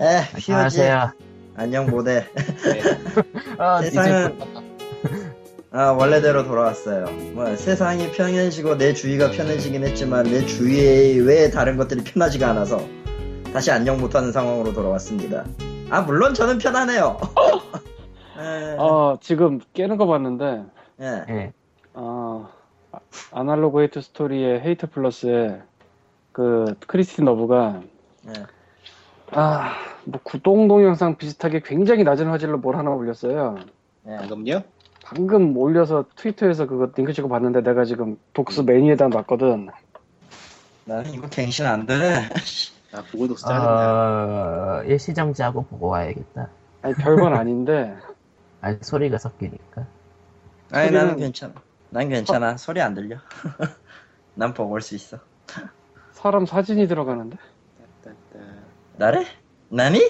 에, 피우지. 안녕하세요. 안녕, 모델. 아, 이제 세상은- 끝났다. 아, 원래대로 돌아왔어요. 뭐, 세상이 편해지고 내 주위가 편해지긴 했지만 내 주위에 왜 다른 것들이 편하지가 않아서 다시 안녕 못하는 상황으로 돌아왔습니다. 아, 물론 저는 편하네요. 에, 어, 지금 깨는 거 봤는데, 예. 예. 아, 아날로그 헤이트 스토리의 헤이트 플러스에 그 크리스틴 러브가 예. 아, 뭐 구동 동영상 비슷하게 굉장히 낮은 화질로 뭘 하나 올렸어요. 예. 방금요? 방금 올려서 트위터에서 그거 링크 찍어 봤는데 내가 지금 독스 메인에다 놨거든. 나는 이거 갱신 안 돼. 아 보고도 짜증나. 어, 일시정지하고 보고 와야겠다. 아니 별건 아닌데 아니, 소리가 섞이니까. 아니, 나는 소리는- 괜찮아. 난 괜찮아. 소리 안 들려. 난 보고 올 수 있어. 사람 사진이 들어가는데 따따따. 나래? 나니?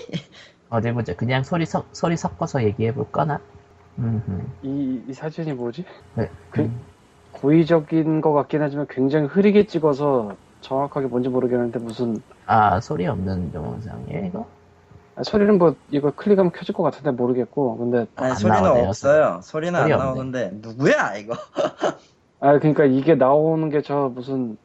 어디 보자. 그냥 소리, 섞, 소리 섞어서 얘기해볼까나? 음, 이, 이 사진이 뭐지? 네. 그- 고의적인 것 같긴 하지만 굉장히 흐리게 찍어서 정확하게 뭔지 모르겠는데 무슨 아, 소리 없는 영상이에요, 이거? 아, 소리는 뭐 이거 클릭하면 켜질 것 같은데 모르겠고 근데 아니, 안 소리는 나오네요. 없어요. 소리는 소리 안 없네. 나오는데 누구야 이거? 아 그러니까 이게 나오는 게 저 무슨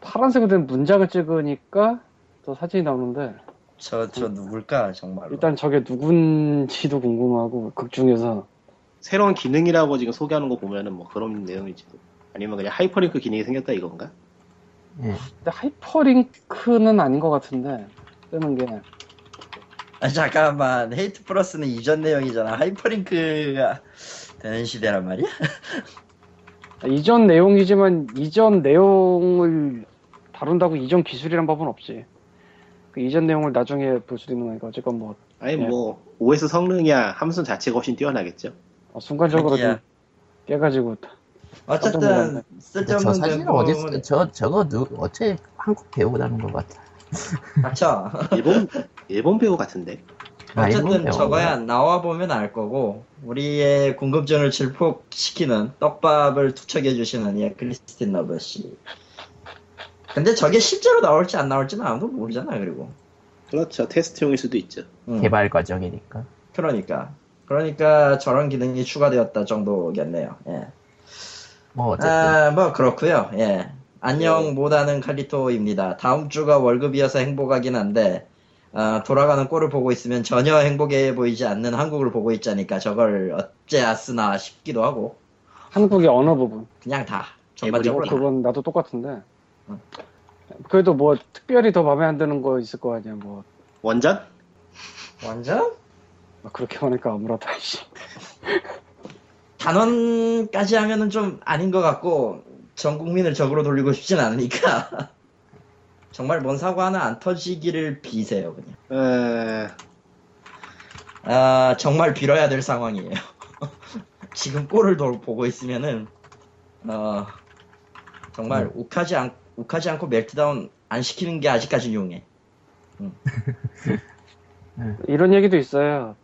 파란색으로 된 문장을 찍으니까 저 사진이 나오는데 저 저 음. 누굴까 정말로. 일단 저게 누군지도 궁금하고 극 중에서 새로운 기능이라고 지금 소개하는 거 보면은 뭐 그런 내용이지도. 아니면 그냥 하이퍼링크 기능이 생겼다 이건가? 예. 근데 하이퍼링크는 아닌 것 같은데 뜨는 게 아, 잠깐만 헤이트 플러스는 이전 내용이잖아. 하이퍼링크가 되는 시대란 말이야? 이전 내용이지만 이전 내용을 다룬다고 이전 기술이란 법은 없지 그 이전 내용을 나중에 볼 수 있는 거니까 어쨌건 뭐 아니 네. 뭐 OS 성능이야 함수 자체가 훨씬 뛰어나겠죠. 어, 순간적으로 좀 그러기야. 깨가지고 깜짝 어쨌든 놀랐네. 저 쓸데없는 사진은 어디, 있- 저, 저거 누, 어째 한국 배우 닮은 것 같아. 맞죠? 일본 일본 배우 같은데. 아, 어쨌든 일본 배우구나. 저거야 나와 보면 알 거고 우리의 궁금증을 질폭시키는 떡밥을 투척해 주시는 이 크리스틴 러버 씨. 근데 저게 실제로 나올지 안 나올지는 아무도 모르잖아 그리고. 그렇죠 테스트용일 수도 있죠. 응. 개발 과정이니까. 그러니까. 그러니까 저런 기능이 추가되었다 정도겠네요. 예. 뭐, 어쨌든. 아, 뭐 그렇고요. 예. 안녕 못하는 칼리토입니다. 다음 주가 월급이어서 행복하긴 한데 아, 돌아가는 꼴을 보고 있으면 전혀 행복해 보이지 않는 한국을 보고 있자니까 저걸 어째 아쓰나 싶기도 하고 한국의 언어 부분 그냥 다 어, 전반적으로 다. 그건 나도 똑같은데 응. 그래도 뭐 특별히 더 마음에 안 드는 거 있을 거 아니야 뭐 원전? 완전 막 그렇게 하니까 아무렇다 씨. 단원까지 하면은 좀 아닌 것 같고 전 국민을 적으로 돌리고 싶진 않으니까 정말 뭔 사고 하나 안 터지기를 비세요 그냥. 에... 아, 정말 빌어야 될 상황이에요. 지금 골을 돌- 보고 있으면은, 어, 정말 욱하지, 않, 욱하지 않고 멜트다운 안 시키는 게 아직까지 용해. 이런 얘기도 있어요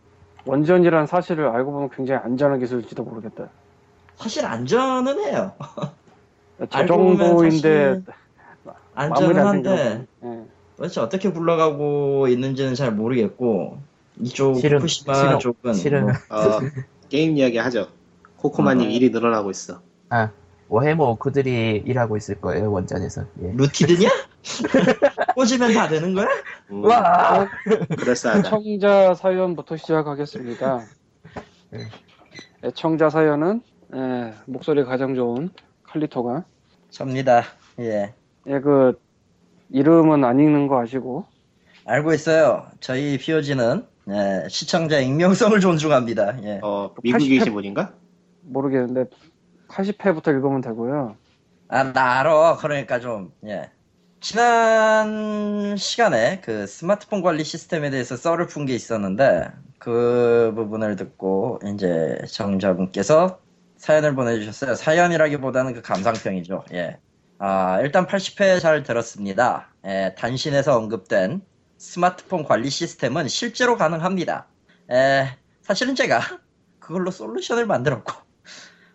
원전이란 사실을 알고 보면 굉장히 안전한 기술일지도 모르겠다 사실 안전은 해요. 저 알고 보면 정도인데 사실 마무리 안전은 안된 한데, 경우는 예. 도대체 어떻게 굴러가고 있는지는 잘 모르겠고, 이쪽 실은- 후쿠시마 실은- 쪽은 실은 뭐 어, 게임 이야기 하죠. 코코마님 음. 일이 늘어나고 있어. 아. 아, 뭐 워해모 오크들이 일하고 있을 거예요, 원전에서. 예. 루티드냐? 꽂으면 다 되는 거야? 음, 와! 그럴싸하다. 청자 사연부터 시작하겠습니다 네. 애청자 사연은 예, 목소리 가장 좋은 칼리토가 접니다. 예. 예, 그 이름은 안 읽는 거 아시고 알고 있어요. 저희 POG는 예, 시청자 익명성을 존중합니다. 예. 어, 미국에 계신 80 분인가? 모르겠는데 80회부터 읽으면 되고요 아, 나 알아. 그러니까 좀, 예. 지난 시간에 그 스마트폰 관리 시스템에 대해서 썰을 푼 게 있었는데, 그 부분을 듣고, 이제 정자분께서 사연을 보내주셨어요. 사연이라기보다는 그 감상평이죠. 예. 아, 일단 80회 잘 들었습니다. 예, 단신에서 언급된 스마트폰 관리 시스템은 실제로 가능합니다. 예, 사실은 제가 그걸로 솔루션을 만들었고,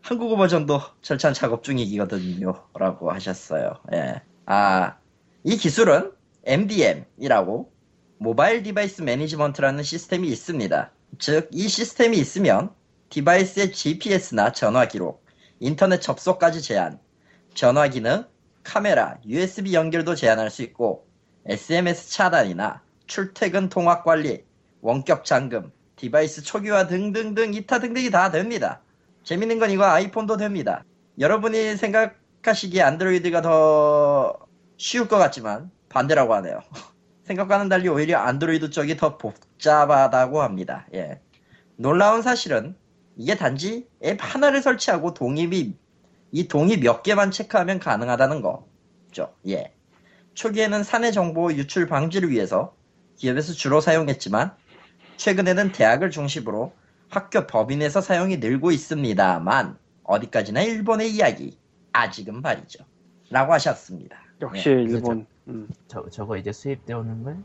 한국어 버전도 절찬 작업 중이거든요. 라고 하셨어요. 예. 아, 이 기술은 MDM이라고, 모바일 디바이스 매니지먼트라는 시스템이 있습니다. 즉, 이 시스템이 있으면 디바이스의 GPS나 전화 기록, 인터넷 접속까지 제한, 전화 기능, 카메라, USB 연결도 제한할 수 있고, SMS 차단이나 출퇴근 통화 관리, 원격 잠금, 디바이스 초기화 등등등 이타 등등이 다 됩니다. 재밌는 건 이거 아이폰도 됩니다. 여러분이 생각하시기에 안드로이드가 더 쉬울 것 같지만 반대라고 하네요. 생각과는 달리 오히려 안드로이드 쪽이 더 복잡하다고 합니다. 예. 놀라운 사실은 이게 단지 앱 하나를 설치하고 동입이 이 동이 몇 개만 체크하면 가능하다는 거죠. 예. 초기에는 사내 정보 유출 방지를 위해서 기업에서 주로 사용했지만 최근에는 대학을 중심으로 학교 법인에서 사용이 늘고 있습니다만 어디까지나 일본의 이야기 아직은 말이죠. 라고 하셨습니다. 역시 예. 그래서 일본. 음. 저, 저거 이제 수입되어 오는 걸?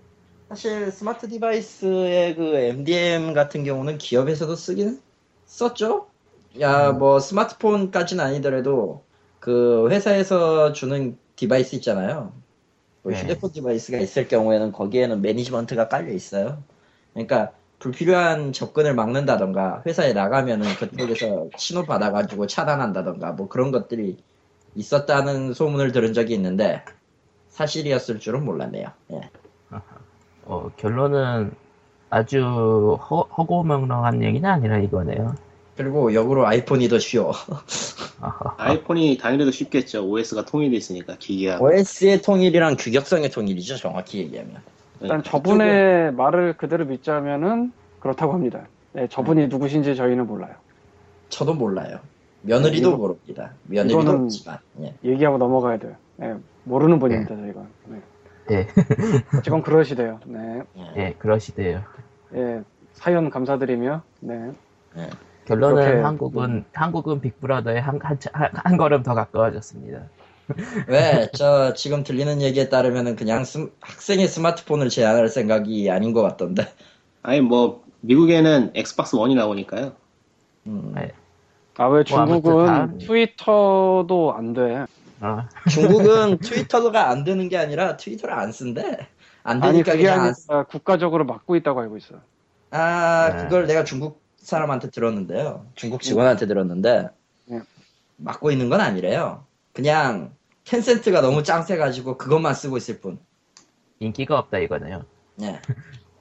사실 스마트 디바이스의 그 MDM 같은 경우는 기업에서도 쓰긴 썼죠. 야 음. 뭐 스마트폰까지는 아니더라도 그 회사에서 주는 디바이스 있잖아요. 뭐 네. 휴대폰 디바이스가 있을 경우에는 거기에는 매니지먼트가 깔려 있어요. 그러니까 불필요한 접근을 막는다던가 회사에 나가면은 그쪽에서 신호 받아가지고 차단한다던가 뭐 그런 것들이 있었다는 소문을 들은 적이 있는데 사실이었을 줄은 몰랐네요. 예. 어, 결론은 아주 허, 허고명랑한 얘기는 아니라 이거네요. 그리고 역으로 아이폰이 더 쉬워. 아하. 아이폰이 당연히도 쉽겠죠. OS가 통일돼 있으니까 기계하고. OS의 통일이랑 규격성의 통일이죠, 정확히 얘기하면. 일단 저분의 말을 그대로 믿자면은 그렇다고 합니다. 네, 저분이 누구신지 저희는 몰라요. 저도 몰라요. 며느리도 이거- 모릅니다. 며느리도 이거는- 없지만. 예. 얘기하고 넘어가야 돼요. 네, 모르는 분입니다, 저희가. 네. 네, 어쨌건 그러시대요. 네. 예. 예, 그러시대요. 예, 사연 감사드리며, 네. 결론은 그렇게- 한국은 한국은 빅브라더에 한, 한, 한, 한 걸음 더 가까워졌습니다. 왜, 저, 지금 들리는 얘기에 따르면은 그냥 스- 학생의 스마트폰을 제한할 생각이 아닌 것 같던데. 아니 뭐 미국에는 엑스박스 1이 나오니까요. 음. 네. 아, 왜 뭐 아무튼 중국은 다- 트위터도 안 돼. 아, 중국은 트위터가 안 되는 게 아니라 트위터를 안 쓴대. 안 아니, 되니까 그게 그냥 안 아니라 쓴- 국가적으로 막고 있다고 알고 있어. 아, 네. 그걸 내가 중국 사람한테 들었는데요. 중국 직원한테 들었는데, 네. 막고 있는 건 아니래요. 그냥 텐센트가 너무 짱세가지고 그것만 쓰고 있을 뿐. 인기가 없다 이거네요. 예.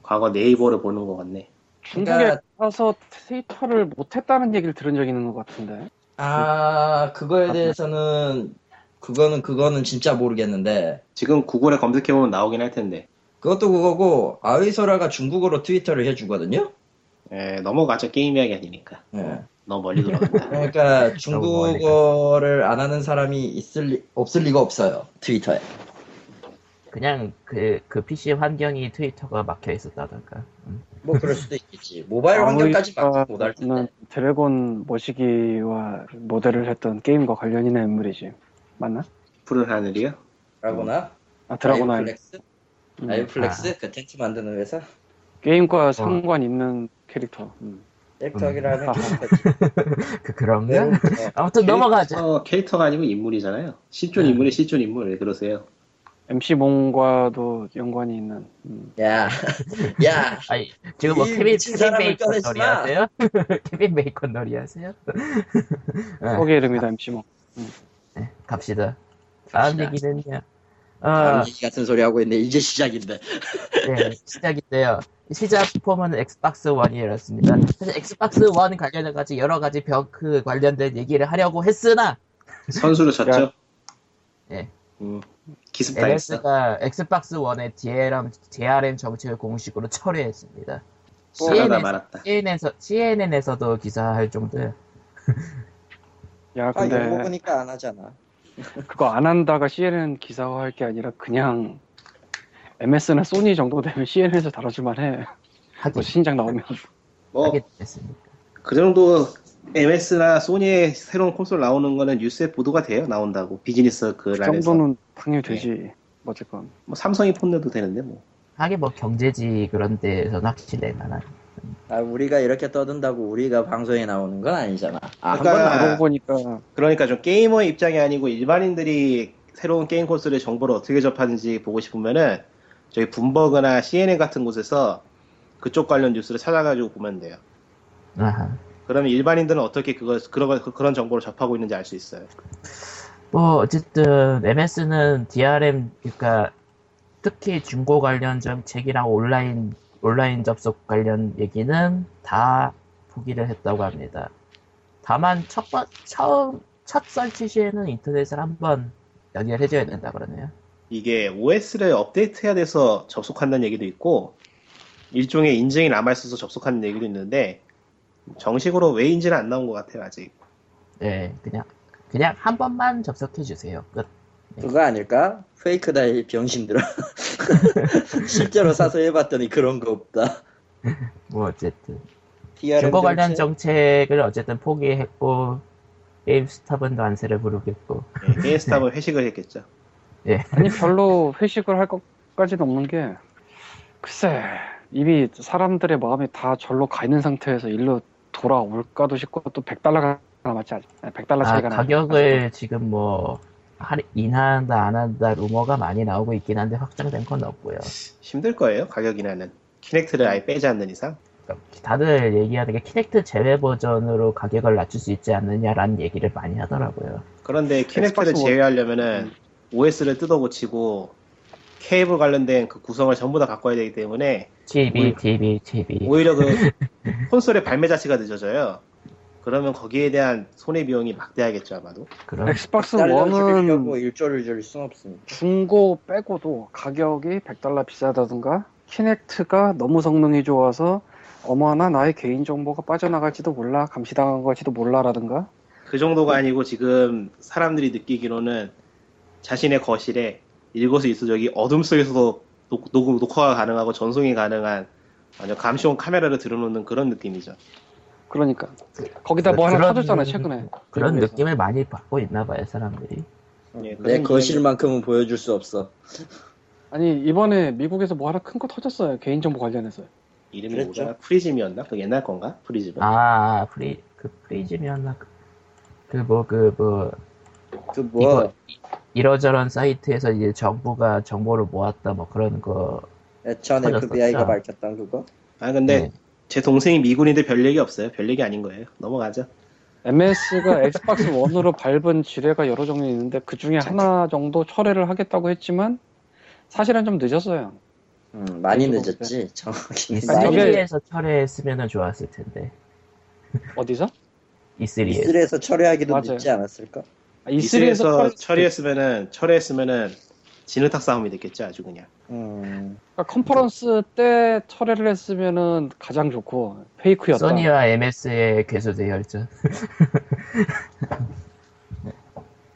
과거 네이버를 보는 것 같네. 중국에 그러니까- 가서 트위터를 못했다는 얘기를 들은 적이 있는 것 같은데. 아, 그거에 대해서는, 그거는, 그거는 진짜 모르겠는데, 지금 구글에 검색해보면 나오긴 할 텐데. 그것도 그거고, 아위소라가 중국어로 트위터를 해주거든요? 예, 넘어가죠. 게임 이야기 아니니까. 예. 너무 멀리 돌아간다. 그러니까 너무 멀리 중국어를 안 하는 사람이 있을, 리- 없을 리가 없어요. 트위터에. 그냥 그, 그 PC 환경이 트위터가 막혀 있었다던가. 음. 뭐 그럴 수도 있겠지. 아, 네. 모바일 환경까지 막 못할 텐데. 는 아, 뭐 드래곤 머시기와 모델을 했던 게임과 관련 있는 인물이지. 맞나? 푸른 하늘이요? 라거나 아, 드래곤 아이. 아이플렉스? 음. 아이플렉스? 그 텐트 만드는 회사? 게임과 상관 있는 캐릭터. 음. 넥터기라 하면 아. 괜찮겠지. 그, 네? 그런가? 아무튼 넘어가죠. 어, 캐릭터가 아니고 인물이잖아요. 실존 네. 인물이 실존 인물. 왜 그러세요? MC 몽과도 연관이 있는. 음. 야, 야, 아니, 지금 뭐 이 케빈, 미친 케빈 사람을 베이컨 꺼내지 놀이 마. 하세요? 케빈 베이컨 놀이 하세요? 아, 소개 이름이다 MC 몽. 갑시다. 다음 갑시다. 얘기는요. 다음 아, 얘기 같은 소리 하고 있네. 이제 시작인데. 네, 시작인데요. 시작 폼은 엑스박스 1이었습니다. 사실 엑스박스 1 관련해가지고 여러 가지 벽그 관련된 얘기를 하려고 했으나 선수로 그러니까 졌죠? 예. 음, 기습 당했어. LS가 엑스박스 1의 DRM, DRM 정책을 공식으로 철회했습니다. 사가다 CNN 말았다. CNN에서, CNN에서도 기사할 정도예요. 야, 아, 근데 이거 보니까 안 하잖아. 그거 안 한다가 CNN 기사화할 게 아니라 그냥 MS나 소니 정도 되면 CNN에서 다뤄줄만 해. 뭐 하긴, 신작 나오면. 뭐, 하게 됐습니다. 그 정도 MS나 소니의 새로운 콘솔 나오는 거는 뉴스에 보도가 돼요. 나온다고. 비즈니스 그 그 란에서. 정도는 당연히 되지. 네. 어쨌건. 뭐 삼성이 폰내도 되는데 뭐. 하긴 뭐 경제지 그런 데에서 낚시될 만한. 아, 우리가 이렇게 떠든다고 우리가 방송에 나오는 건 아니잖아. 아, 한 그러니까- 번, 한번 나보고 보니까 그러니까 좀 게이머의 입장이 아니고 일반인들이 새로운 게임 콘솔의 정보를 어떻게 접하는지 보고 싶으면은 저희 분버그나 CNN 같은 곳에서 그쪽 관련 뉴스를 찾아가지고 보면 돼요. 아하. 그러면 일반인들은 어떻게 그거 그런 거- 그런 정보를 접하고 있는지 알 수 있어요. 뭐 어쨌든 MS는 DRM 그러니까 특히 중고 관련 점 책이랑 온라인 온라인 접속 관련 얘기는 다 포기를 했다고 합니다. 다만 첫 번, 처음 첫 설치 시에는 인터넷을 한번 연결해줘야 된다 그러네요. 이게 OS를 업데이트해야 돼서 접속한다는 얘기도 있고 일종의 인증이 남아 있어서 접속하는 얘기도 있는데 정식으로 왜인지는 안 나온 것 같아요 아직. 예, 그냥 그냥 한 번만 접속해 주세요. 끝. 그거 아닐까? 페이크다 이 병신들아. 실제로 사서 해봤더니 그런 거 없다. 뭐 어쨌든 DRM 중고 관련 정책? 정책을 어쨌든 포기했고 게임 스탑은 안세를 부르겠고 예, 게임스탑은 회식을 했겠죠. 아니 별로 회식을 할 것까지는 없는 게 글쎄 이미 사람들의 마음이 다 절로 가 있는 상태에서 일로 돌아올까도 싶고 또 100달러가 남았지 아직 100달러 아, 차이가 나 가격을 지금 뭐 할, 인한다 안 한다 루머가 많이 나오고 있긴 한데 확정된 건 없고요. 힘들 거예요 가격 인하는. 키넥트를 아예 빼지 않는 이상. 그러니까 다들 얘기하는 게 키넥트 제외 버전으로 가격을 낮출 수 있지 않느냐라는 얘기를 많이 하더라고요. 그런데 키넥트를 뭐- 엑스박스 원. 음. 제외하려면은 OS를 뜯어 고치고 케이블 관련된 그 구성을 전부 다 바꿔야 되기 때문에 TV, 오히려- TV, TV. 오히려 그 콘솔의 발매 자체가 늦어져요. 그러면 거기에 대한 손해 비용이 막대하겠죠 아마도. 그런 엑스박스 달러 뭐 줄이려고 1은 일조를 줄 순 없습니다. 중고 빼고도 가격이 100달러 비싸다든가 키넥트가 너무 성능이 좋아서 어머나 나의 개인정보가 빠져나갈지도 몰라 감시당한 걸지도 몰라라든가 그 정도가 아니고 지금 사람들이 느끼기로는 자신의 거실에 일거수일투족이 어둠 속에서도 녹, 녹, 녹화가 가능하고 전송이 가능한 완전 감시용 카메라를 들어놓는 그런 느낌이죠. 그러니까 거기다 뭐 하나 그런- 사줬잖아요 최근에 그런 미국에서. 느낌을 많이 받고 있나 봐요 사람들이. 예, 내 그런 느낌이- 어, 네, 거실만큼은 보여줄 수 없어. 아니 이번에 미국에서 뭐 하나 큰 거 터졌어요 개인정보 관련해서 이름이 그랬죠. 뭐죠? 프리즘이었나? 그 옛날 건가? 프리즘은? 아 프리 그 프리즘이었나 그 뭐 그 뭐 그 뭐 이거 이러저런 사이트에서 이제 정부가 정보를 모았다 뭐 그런 거 전에 터졌었죠. FBI가 밝혔던 그거? 아 근데 네. 제 동생이 미군인데 별 얘기 없어요. 별 얘기 아닌 거예요. 넘어가죠. MS가 엑스박스 1으로 밟은 지뢰가 여러 종류 있는데 그 중에 하나 정도 철회를 하겠다고 했지만 사실은 좀 늦었어요. 음, 많이 그거 늦었지. 정확히 이 그렇죠. 네. 아니, 리 저게- 많이 에서 철회했으면 좋았을 텐데 어디서? 이리 E E 에서 이슬에서 처리하기도 맞아요. 늦지 않았을까? 아, 이슬에서 펄- 처리했으면은 처리했으면은 진흙탕 싸움이 됐겠죠. 아주 그냥. 음, 그러니까 컨퍼런스 때 철회를 했으면은 가장 좋고 페이크였다. 소니와 MS의 괴수대 열전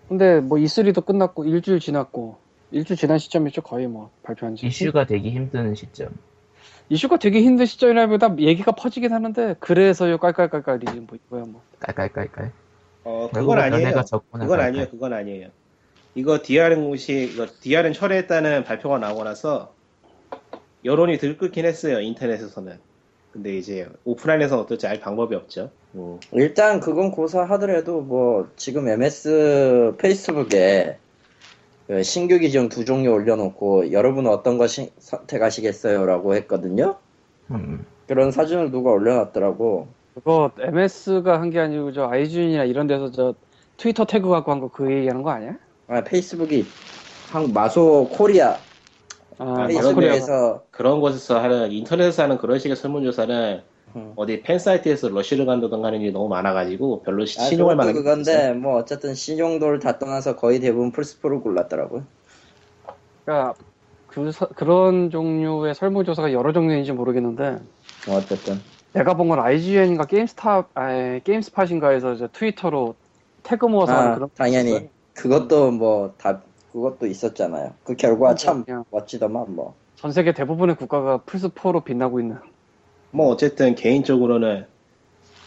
근데 뭐 E3도 끝났고 일주일 지났고 일주일 지난 시점이죠 거의 뭐 발표한 지. 이슈가 되기 힘든 시점 이슈가 되게 힘든 시점이라보다 얘기가 퍼지긴 하는데 그래서요 깔깔깔깔이 뭐 이거야 뭐. 깔깔깔깔 어 결국은 그건 아니에요. 연애가 적구나 그건 깔깔. 아니에요. 그건 아니에요. 이거 DRN 공식, 이거 DRN 철회했다는 발표가 나오고 나서 여론이 들끓긴 했어요. 인터넷에서는. 근데 이제 오프라인에서는 어떨지 알 방법이 없죠. 뭐 일단 그건 고사하더라도 뭐 지금 MS 페이스북에 그 신규 기종 두 종류 올려놓고 여러분은 어떤 거 시- 선택하시겠어요라고 했거든요. 음. 그런 사진을 누가 올려놨더라고. 그거 MS가 한 게 아니고 저 아이튠이나 이런 데서 저 트위터 태그 갖고 한 거 그 얘기하는 거 아니야? 아, 페이스북이 한 마소 코리아 아, 그런 데에서- 마스코리아가. 페이스북에서 그런 곳에서 하는 인터넷에서 하는 그런 식의 설문조사는 음. 어디 팬 사이트에서 러시를 간다던가 하는 일이 너무 많아가지고 별로 어, 아, 신용할 만한 게 없어요. 그건데 뭐 어쨌든 신용도를 다 떠나서 거의 대부분 플스포를 골랐더라고요. 그러니까 그 서- 그런 종류의 설문조사가 여러 종류인지 모르겠는데 뭐 어쨌든 내가 본 건 IGN인가 게임스타 아, 게임스팟인가에서 이제 트위터로 태그 모아서 하는 아, 그런 당연히 그것도 뭐 다 그것도 있었잖아요. 그 결과 참 그냥 멋지더만 뭐. 전 세계 대부분의 국가가 플스4로 빛나고 있는 뭐 어쨌든 개인적으로는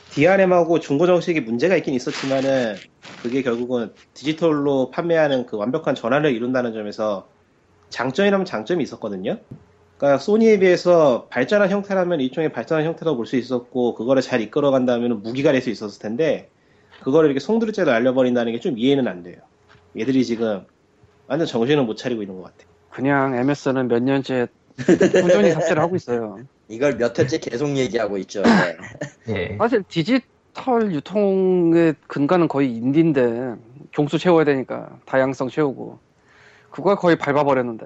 DRM하고 중고 정식이 문제가 있긴 있었지만은 그게 결국은 디지털로 판매하는 그 완벽한 전환을 이룬다는 점에서 장점이라면 장점이 있었거든요. 그러니까 소니에 비해서 발전한 형태라면 일종의 발전한 형태라고 볼 수 있었고 그거를 잘 이끌어간다면 무기가 될 수 있었을 텐데 그거를 이렇게 송두리째로 날려버린다는 게 좀 이해는 안 돼요. 얘들이 지금 완전 정신을 못 차리고 있는 것 같아. 그냥 MS는 몇 년째 꾸준히 삭제를 하고 있어요. 이걸 몇 회째 계속 얘기하고 있죠. 네. 예. 어? 사실 디지털 유통의 근간은 거의 인디인데 종수 채워야 되니까 다양성 채우고 그걸 거의 밟아버렸는데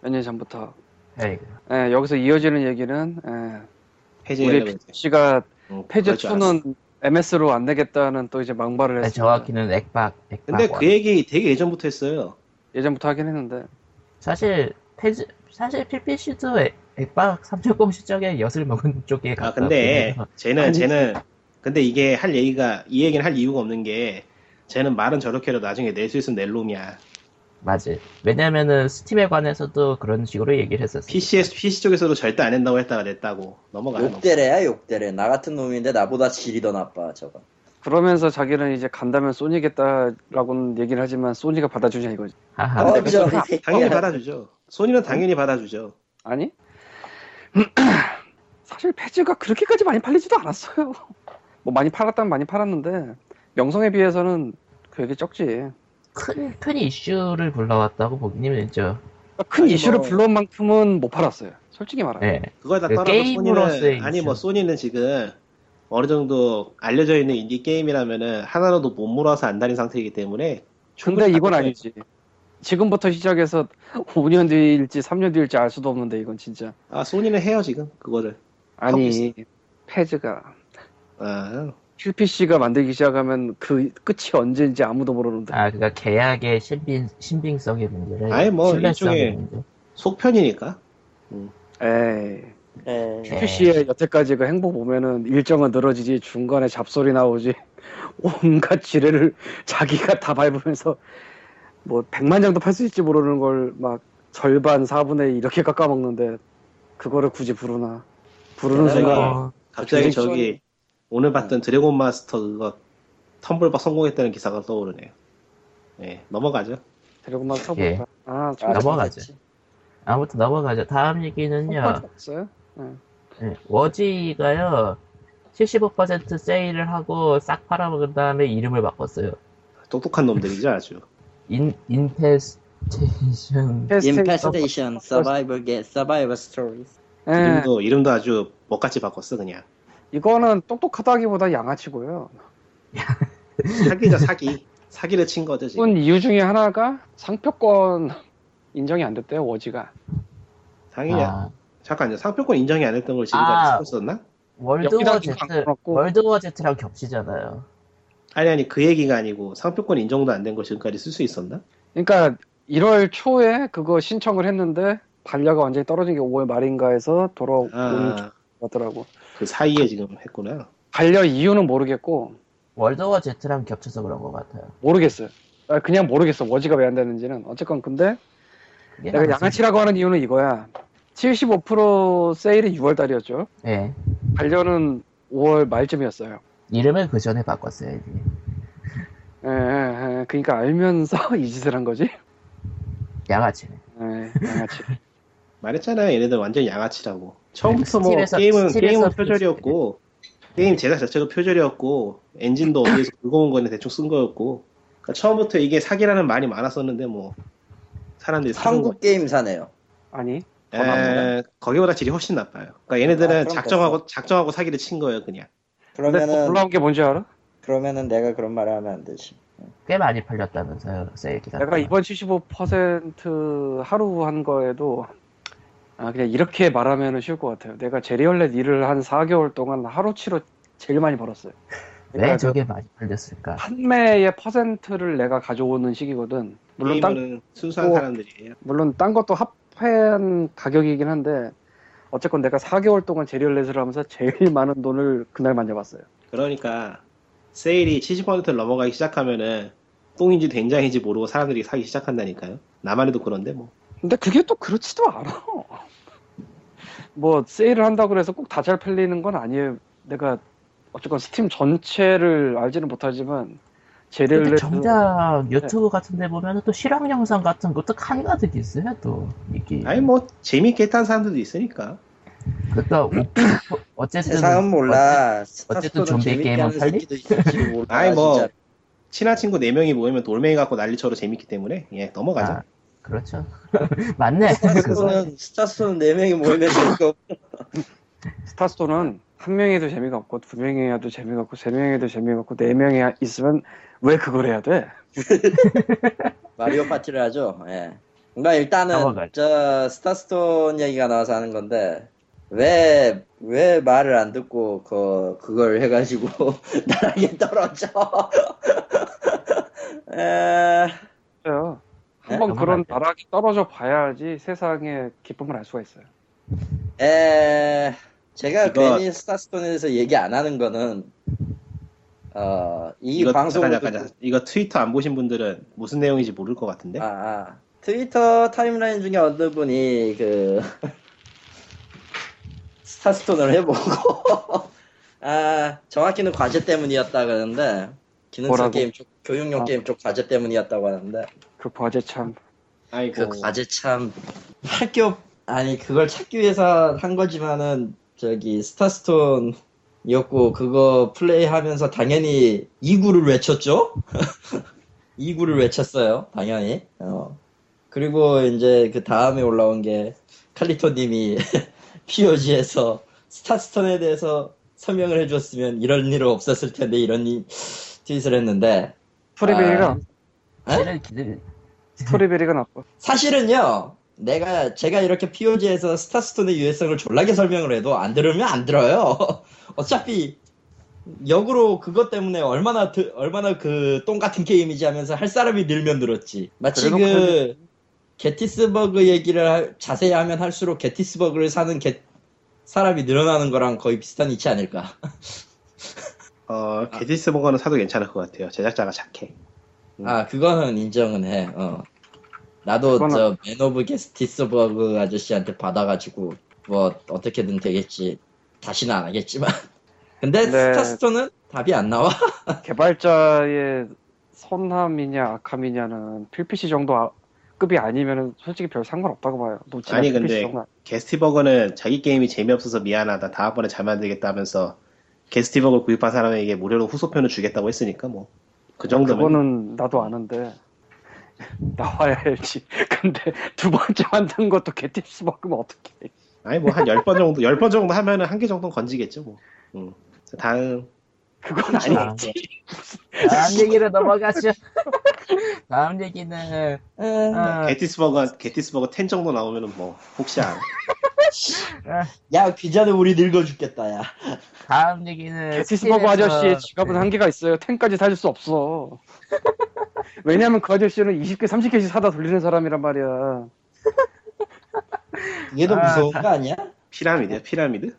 몇 년 전부터 아이고. 예, 여기서 이어지는 얘기는 예, 우리 폐지하려고 이제. PC가 응, 페이지 그럴 줄 알았어. 2는 MS로 안 되겠다는 또 이제 망발을 네, 했어요. 정확히는 액박, 액박. 아, 근데 그 얘기 되게 예전부터 했어요. 예전부터 하긴 했는데 사실 페이지 사실 PPC도 액박 3.0 시적에 엿을 먹은 쪽에 가깝긴 아 근데 해요. 쟤는 아니. 쟤는 근데 이게 할 얘기가 이 얘기는 할 이유가 없는 게 쟤는 말은 저렇게라도 나중에 낼 수 있으면 낼 놈이야. 맞아. 왜냐면은 스팀에 관해서도 그런 식으로 얘기를 했었어요. PC PC 쪽에서도 절대 안 낸다고 했다가 냈다고 넘어가. 욕대래야 욕대래. 나 같은 놈인데 나보다 질이 더 나빠 저거. 그러면서 자기는 이제 간다면 소니겠다라고는 얘기를 하지만 소니가 받아주냐 이거지. 하하. 어, 저 당연히 새끼야. 받아주죠. 소니는 당연히 받아주죠. 아니? 사실 패즈가 그렇게까지 많이 팔리지도 않았어요. 뭐 많이 팔았다면 많이 팔았는데 명성에 비해서는 그게 적지. 그러니까 큰, 큰 이슈를 불러왔다고 보긴 힘들죠. 큰 아니, 이슈를 뭐- 불러온 만큼은 못 팔았어요. 솔직히 말하면. 예. 그걸 다 그 떠나서 게임으로서의 소니는 아니 인식. 뭐 소니는 지금 어느 정도 알려져 있는 인디 게임이라면은 하나라도 못 몰아서 안 다닌 상태이기 때문에 근데 이건 충분히 아니지. 지금부터 시작해서 5년 뒤일지 3년 뒤일지 알 수도 없는데 이건 진짜. 아 소니는 해요 지금 그거를. 아니 패즈가 아, QPC가 만들기 시작하면 그 끝이 언제인지 아무도 모르는데 아, 그니까 계약의 신빙, 신빙성의 문제를. 아니, 뭐 신뢰성의 일종의- 문제. 속편이니까. 에이 네. QPC의 여태까지 그 행보 보면은 일정은 늘어지지 중간에 잡소리 나오지 온갖 지뢰를 자기가 다 밟으면서 뭐 100만 장도 팔 수 있을지 모르는 걸 막 절반 4분의 2 이렇게 깎아먹는데 그거를 굳이 부르나 부르는 내가 순간 어, 갑자기 드래곤- 저기 네. 오늘 봤던 드래곤 마스터 그거 텀블벅 성공했다는 기사가 떠오르네요. 네, 넘어가죠. 데리고만 예. 써볼까 아 아, 정말 넘어가죠. 됐지. 아무튼 넘어가죠. 다음 얘기는요. 성과가 없어요? 예, 워지가요. 75% 세일을 하고 싹 팔아먹은 다음에 이름을 바꿨어요. 똑똑한 놈들이죠 아주. 인, 인페스테이션. 임페스테이션 서바이벌 게 서바이벌 스토리스. 예. 이름도 이름도 아주 먹같이 바꿨어 그냥. 이거는 똑똑하다기보다 양아치고요 사기죠 사기. 사기를 친 거죠 지금. 본 이유 중에 하나가 상표권 인정이 안 됐대요 워지가 당연히 아, 잠깐요. 상표권 인정이 안 했던 걸 지금까지 아. 쓰고 있었나? 월드워 Z, 여기다 좀 바꿔놨고. 월드워 Z랑 겹치잖아요. 아니 아니 그 얘기가 아니고 상표권 인정도 안 된 걸 지금까지 쓸 수 있었나? 그러니까 1월 초에 그거 신청을 했는데 반려가 완전히 떨어진 게 5월 말인가 해서 돌아온 것 아그 같더라고 사이에 지금 했구나. 반려 이유는 모르겠고 월드워 Z랑 겹쳐서 그런 것 같아요. 모르겠어요 아, 그냥 모르겠어 워지가 왜 안 되는지는 어쨌건 근데 그게 예. 내가 나머지- 네, 양아치라고 하는 이유는 이거야 75% 세일이 6월 달이었죠 예. 반려는 5월 말쯤이었어요 이름을 그 전에 바꿨어요, 이미. 예, 예, 예. 그러니까 알면서 이 짓을 한 거지 양아치네. 예, 양아치 말했잖아요. 얘네들 완전 양아치라고. 처음부터 뭐 스팀에서- 게임은 스팀에서 게임은 그- 표절이었고 게임 제작 자체도 표절이었고 엔진도 어디에서 긁어온 거는 대충 쓴 거였고 그러니까 처음부터 이게 사기라는 말이 많았었는데 뭐 사람들이 사는 한국 게임사네요. 아니 거. 더 나은 에, 거기보다 질이 훨씬 나빠요. 그러니까 아, 얘네들은 그럼 작정하고 작정하고 사기를 친 거예요 그냥. 근데 뭐 또 그러면은 놀라운 게 뭔지 알아? 그러면은 내가 그런 말을 하면 안 되지. 꽤 많이 팔렸다면서요, 세일 기간. 내가 이번 75% 하루 한 거에도 아 그냥 이렇게 말하면 쉬울 것 같아요. 내가 제리얼렛 일을 한 4개월 동안 하루치로 제일 많이 벌었어요. 왜 그러니까 저게 많이 팔렸을까? 판매의 퍼센트를 내가 가져오는 시기거든. 물론 딴, 게임은 순수한 뭐- 사람들이에요. 물론 딴 것도 합한 가격이긴 한데 어쨌건 내가 4개월 동안 제리얼렛을 하면서 제일 많은 돈을 그날 만져봤어요. 그러니까 세일이 70%를 넘어가기 시작하면은 똥인지 된장인지 모르고 사람들이 사기 시작한다니까요. 나만 해도 그런데 뭐. 근데 그게 또 그렇지도 않아. 뭐 세일을 한다고 해서 꼭 다 잘 팔리는 건 아니에요. 내가 어쨌건 스팀 전체를 알지는 못하지만 근데 네. 제리를 정작 유튜브 같은 데 보면 또 실황 영상 같은 것도 한가득 있어요, 또. 이게. 아니 뭐 재밌게 했다는 사람들도 있으니까. 그러니까, 오- 어쨌든. 세상은 뭐 몰라. 스타스톤은 좀비 재밌게 게임은 하는 팔리? 새끼도 있을지 몰라. 아이, 뭐. 네 진짜. 친한 친구 4명이 모이면 돌멩이 갖고 난리쳐로 재밌기 때문에 예 넘어가자 아, 그렇죠. 맞네. 그거. 스타스톤은, 스타스톤은 4명이 모이면 재미가 스타스톤은 한 명이도 해도 재미가 없고 두 명이 해도 재미가 없고 세 명이 해도 재미가 없고 네 명이 있으면 왜 그걸 해야 돼? 마리오 파티를 하죠. 예. 그러니까 일단은 넘어가죠. 저 스타스톤 얘기가 나와서 하는 건데 왜 왜 말을 안 듣고 그 그걸 해가지고 나락에 떨어져. 에, 맞아요. 네, 한번 넘어갈게요. 그런 나락이 떨어져 봐야지 세상의 기쁨을 알 수가 있어요. 에 제가 이거- 괜히 스타스톤에 대해서 얘기 안 하는 거는 어이 이거 방송을 잠깐, 잠깐, 듣고- 잠깐. 이거 트위터 안 보신 분들은 무슨 내용인지 모를 것 같은데. 아, 아. 트위터 타임라인 중에 어느 분이 그 스타스톤을 해보고 아 정확히는 과제 때문이었다 그러는데 기능성 뭐라고? 게임 쪽 교육용 아. 게임 쪽 과제 때문이었다고 하는데 그 과제 참 그 아이고. 과제 참 학교 아니 그걸 찾기 위해서 한 거지만은 저기 스타스톤이었고 그거 플레이하면서 당연히 2구를 외쳤죠 2구를 외쳤어요 당연히 어. 그리고 이제 그 다음에 올라온 게 칼리토님이 POG에서 스타스톤에 대해서 설명을 해줬으면 이런 일은 없었을 텐데 이런 이- 트윗을 했는데 스토리베리가 네. 실은 기들 스토리베리가 나빠. 사실은요, 내가, 제가 이렇게 POG에서 스타스톤의 유해성을 졸라게 설명을 해도 안 들으면 안 들어요. 어차피, 역으로 그것 때문에 얼마나, 드- 얼마나 그, 똥 같은 게임이지 하면서 할 사람이 늘면 늘었지. 마치 그래놓고 그, 게티스버그 얘기를 할- 자세히 하면 할수록 게티스버그를 사는 게, 사람이 늘어나는 거랑 거의 비슷한 이치 아닐까. 어, 게디스 버거는 사도 괜찮을 것 같아요. 제작자가 착해. 아, 그거는 인정은 해. 어. 나도 그거는- 저 맨 오브 게스티스버그 아저씨한테 받아가지고 뭐 어떻게든 되겠지. 다시는 안 하겠지만. 근데 네. 스타스톤은 답이 안 나와. 개발자의 선함이냐 악함이냐는 필피시 정도 아- 급이 아니면 솔직히 별 상관없다고 봐요. 놓치나 아니, PPC 근데 정도 아- 게스티버거는 자기 게임이 재미없어서 미안하다. 다음번에 잘 만들겠다 하면서 게스티버거 구입한 사람에게 무료로 후소편을 주겠다고 했으니까 뭐. 그 정도면. 그거는 나도 아는데 나와야 알지. 근데 두 번째 만든 것도 개티스 먹으면 어떻게? 네, 아니, 뭐 한 10번 정도, 10번 정도 하면은 한 개 정도는 건지겠죠, 뭐. 음. 자, 다음. 그건 아니. 아, 다음 얘기로 넘어가죠. 다음 얘기는 음, 아, 게티스버거, 게티스버거 10 정도 나오면은 뭐, 혹시 안. 야 귀자는 우리 늙어 죽겠다 야. 다음 얘기는 개티스 버거 스팀에서- 네. 아저씨의 지갑은 한계가 있어요. 탱까지 사줄 수 없어. 왜냐면 그 아저씨는 20개, 30개씩 사다 돌리는 사람이란 말이야. 이게 더 아, 무서운 거 아니야? 피라미드야, 피라미드?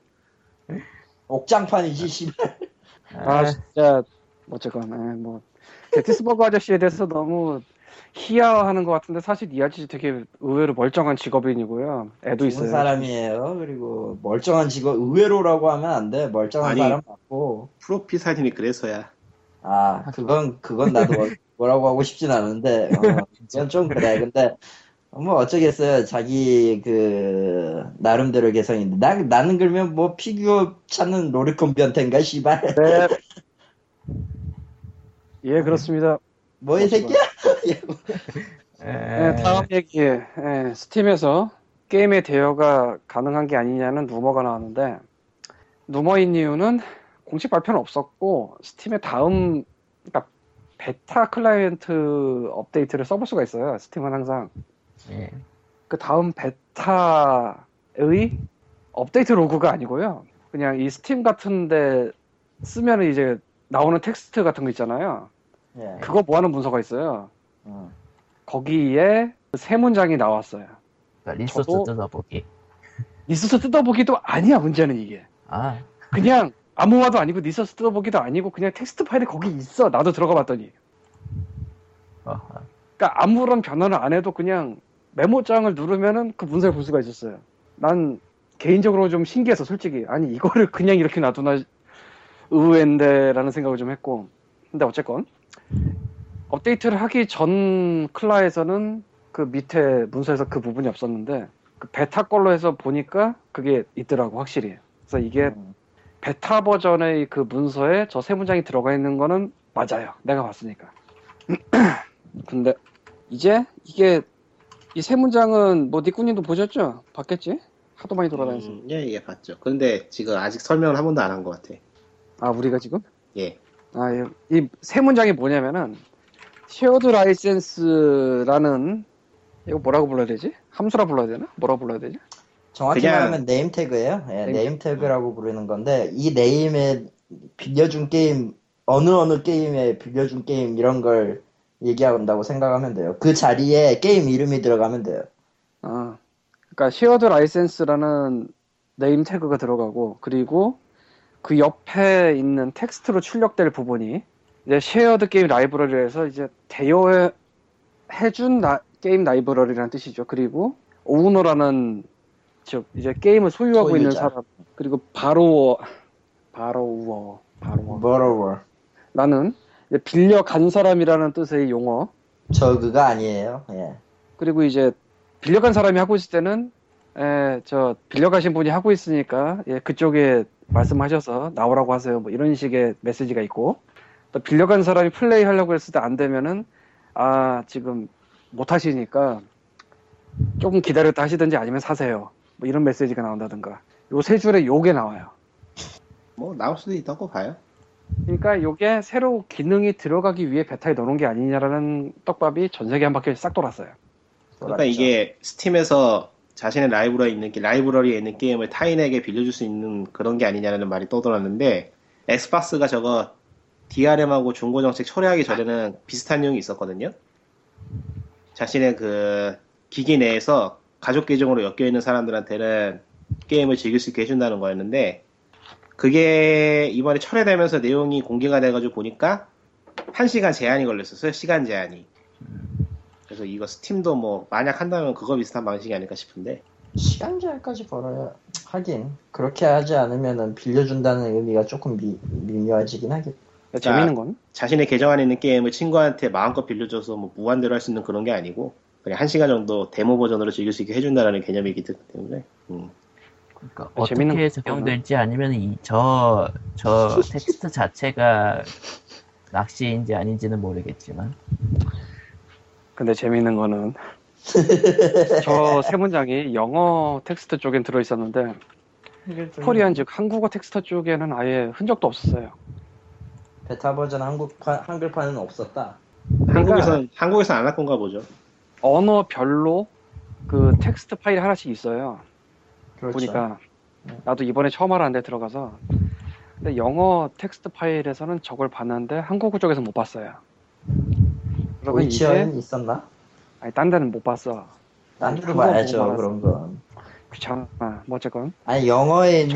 옥장판이지 씨발. 네. 아 진짜 어쨌건 예, 뭐 게티스 버거 아저씨에 대해서 너무 희화화하는 것 같은데 사실 이 아저씨 되게 의외로 멀쩡한 직업인이고요. 애도 좋은 있어요. 사람이에요. 그리고 멀쩡한 직업 의외로라고 하면 안 돼. 멀쩡한 아니. 사람 맞고. 프로필 사진이 그래서야. 아 그건 그건 나도 뭐라고 하고 싶진 않은데 어, 그건 좀 그래 근데 뭐 어쩌겠어요 자기 그 나름대로 개성인데 나, 나는 그러면 뭐 피규어 찾는 로리콘 변태인가 씨발 네. 예 네. 그렇습니다. 뭐 그렇죠. 이 새끼야 네, 예, 에, 다음 얘기. 예, 스팀에서 게임의 대여가 가능한 게 아니냐는 루머가 나왔는데 루머인 이유는 공식 발표는 없었고 스팀의 다음 그러니까 베타 클라이언트 업데이트를 써볼 수가 있어요. 스팀은 항상 예. 그 다음 베타의 업데이트 로그가 아니고요. 그냥 이 스팀 같은데 쓰면 이제 나오는 텍스트 같은 거 있잖아요. 예. 그거 뭐하는 문서가 있어요. 어. 거기에 세 문장이 나왔어요. 그러니까 리소스 저도- 뜯어보기. 니소스 뜯어보기도 아니야 문제는 이게 아, 그냥 아무화도 아니고 니소스 뜯어보기도 아니고 그냥 텍스트 파일이 거기 있어 나도 들어가 봤더니 어허. 그러니까 아무런 변화를 안 해도 그냥 메모장을 누르면은 그 문서를 볼 수가 있었어요 난 개인적으로 좀 신기해서 솔직히 아니 이거를 그냥 이렇게 놔두나 의외인데 라는 생각을 좀 했고 근데 어쨌건 업데이트를 하기 전 클라에서는 그 밑에 문서에서 그 부분이 없었는데 그 베타 걸로 해서 보니까 그게 있더라고 확실히 그래서 이게 음. 베타 버전의 그 문서에 저 세 문장이 들어가 있는 거는 맞아요. 내가 봤으니까. 근데 이제 이게 이 세 문장은 뭐 니꾸님도 보셨죠? 봤겠지? 하도 많이 돌아다녀서. 음, 예, 예, 봤죠. 근데 지금 아직 설명을 한 번도 안 한 것 같아. 아 우리가 지금? 예. 아, 이 세 문장이 뭐냐면은 쉐어드 라이센스라는 이거 뭐라고 불러야 되지? 함수라 불러야 되나? 뭐라 불러야 되지? 정확히 그냥- 말하면 네임 태그예요. 예, 네임- 네임 태그라고 부르는 건데 이 네임에 빌려준 게임 어느 어느 게임에 빌려준 게임 이런 걸 얘기한다고 생각하면 돼요. 그 자리에 게임 이름이 들어가면 돼요. 아, 그러니까 쉐어드 라이센스라는 네임 태그가 들어가고 그리고 그 옆에 있는 텍스트로 출력될 부분이 이제 쉐어드 게임 라이브러리에서 이제 대여해 해준 라- 게임 라이브러리라는 뜻이죠. 그리고 오너라는 즉 이제 게임을 소유하고 있는 소유자. 사람 그리고 바로 바로 우어 바로 뭐. borrower 나는 이제 빌려간 사람이라는 뜻의 용어 저 그가 아니에요. 예. 그리고 이제 빌려간 사람이 하고 있을 때는 에, 저 빌려가신 분이 하고 있으니까 예, 그쪽에 말씀하셔서 나오라고 하세요 뭐 이런 식의 메시지가 있고 또 빌려간 사람이 플레이 하려고 했을 때 안 되면은 아 지금 못 하시니까 조금 기다렸다 하시든지 아니면 사세요 뭐 이런 메시지가 나온다든가 요 세 줄에 요게 나와요 뭐 나올 수도 있다고 봐요. 그러니까 요게 새로 기능이 들어가기 위해 베타에 넣어놓은 게 아니냐라는 떡밥이 전 세계 한 바퀴 싹 돌았어요 그렇죠. 그러니까 이게 스팀에서 자신의 라이브러리에 있는 게- 라이브러리에 있는 게임을 타인에게 빌려줄 수 있는 그런 게 아니냐는 말이 떠돌았는데 엑스박스가 저거 DRM하고 중고 정책 철회하기 전에는 비슷한 내용이 있었거든요. 자신의 그 기기 내에서 가족 계정으로 엮여 있는 사람들한테는 게임을 즐길 수 있게 해준다는 거였는데 그게 이번에 철회되면서 내용이 공개가 돼가지고 보니까 1시간 제한이 걸렸었어요. 시간 제한이. 그래서 이거 스팀도 뭐 만약 한다면 그거 비슷한 방식이 아닐까 싶은데 시간 제한까지 벌어야 하긴 그렇게 하지 않으면은 빌려준다는 의미가 조금 미, 미묘해지긴 하겠. 그러니까 재밌는 건 자신의 계정 안에 있는 게임을 친구한테 마음껏 빌려줘서 뭐 무한대로 할 수 있는 그런 게 아니고 그냥 한 시간 정도 데모 버전으로 즐길 수 있게 해준다라는 개념이기 때문에 음. 그러니까 재밌는 어떻게 거구나. 적용될지 아니면 이 저, 저 텍스트 자체가 낚시인지 아닌지는 모르겠지만 근데 재밌는 거는 저 세 문장이 영어 텍스트 쪽엔 들어 있었는데 음. 코리안 즉 한국어 텍스트 쪽에는 아예 흔적도 없었어요. 베타 버전 한국판 한글판은 없었다. 한국에선 한국에선 안 할 건가 보죠 언어별로 그 텍스트 파일이 하나씩 있어요. 그렇죠. 보니까 네. 나도 이번에 처음 알았는데 들어가서 근데 영어 텍스트 파일에서는 저걸 봤는데 한국어 쪽에서 못 봤어요. 그러면 이제 위치어는 있었나? 아니 딴 데는 못 봤어. 딴 아니, 데로 한국어 봐야죠 보고 그런 건. 귀찮아. 뭐 어쨌건 아니 영어에 있는데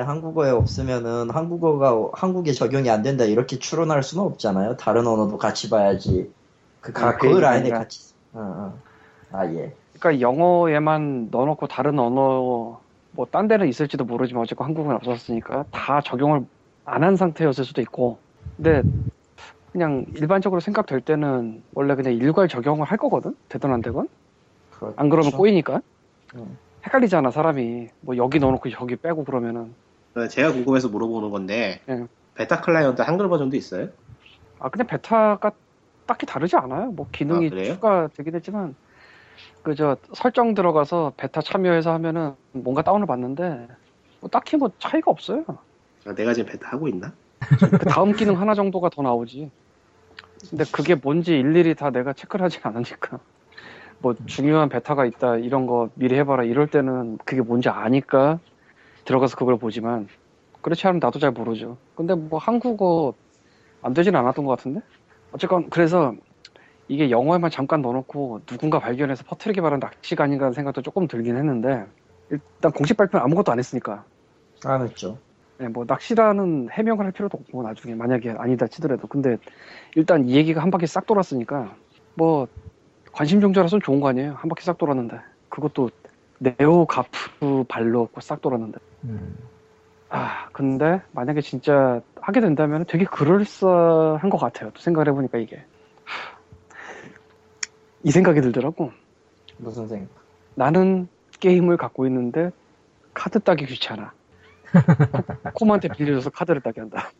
저게? 한국어에 없으면은 한국어가 한국에 적용이 안 된다 이렇게 추론할 수는 없잖아요. 다른 언어도 같이 봐야지. 그, 가, 아, 그 그 얘기가 라인에 아니라. 같이. 어, 어. 아 예. 그러니까 영어에만 넣어놓고 다른 언어 뭐 딴 데는 있을지도 모르지만 어쨌건 한국은 없었으니까 다 적용을 안 한 상태였을 수도 있고 근데 그냥 일반적으로 생각될 때는 원래 그냥 일괄 적용을 할 거거든 되든 안 되건 그렇죠. 안 그러면 꼬이니까 음. 헷갈리잖아 사람이 뭐 여기 넣어놓고 여기 빼고 그러면은 그래서 제가 궁금해서 물어보는 건데 예. 베타 클라이언트 한글 버전도 있어요? 아 근데 베타가 딱히 다르지 않아요 뭐 기능이 아, 그래요? 추가되긴 했지만 그 저 설정 들어가서 베타 참여해서 하면은 뭔가 다운을 받는데 뭐 딱히 뭐 차이가 없어요 아, 내가 지금 베타 하고 있나? 그 다음 기능 하나 정도가 더 나오지. 근데 그게 뭔지 일일이 다 내가 체크를 하진 않으니까. 뭐 중요한 베타가 있다 이런 거 미리 해봐라 이럴 때는 그게 뭔지 아니까 들어가서 그걸 보지만 그렇지 않으면 나도 잘 모르죠. 근데 뭐 한국어 안 되진 않았던 것 같은데? 어쨌건 그래서 이게 영어에만 잠깐 넣어놓고 누군가 발견해서 퍼뜨리기 바란 낚시가 아닌가 하는 생각도 조금 들긴 했는데 일단 공식 발표는 아무것도 안 했으니까 안 했죠. 네, 뭐 낚시라는 해명을 할 필요도 없고 나중에 만약에 아니다 치더라도 근데 일단 이 얘기가 한 바퀴 싹 돌았으니까 뭐 관심 종자라서 좋은 거 아니에요 한 바퀴 싹 돌았는데 그것도 네오 가프 발로 싹 돌았는데 음, 아 근데 만약에 진짜 하게 된다면 되게 그럴싸한 것 같아요 또 생각을 해보니까 이게 하, 이 생각이 들더라고 무슨 생각? 나는 게임을 갖고 있는데 카드 따기 귀찮아. 코- 콤한테 빌려줘서 카드를 따게 한다.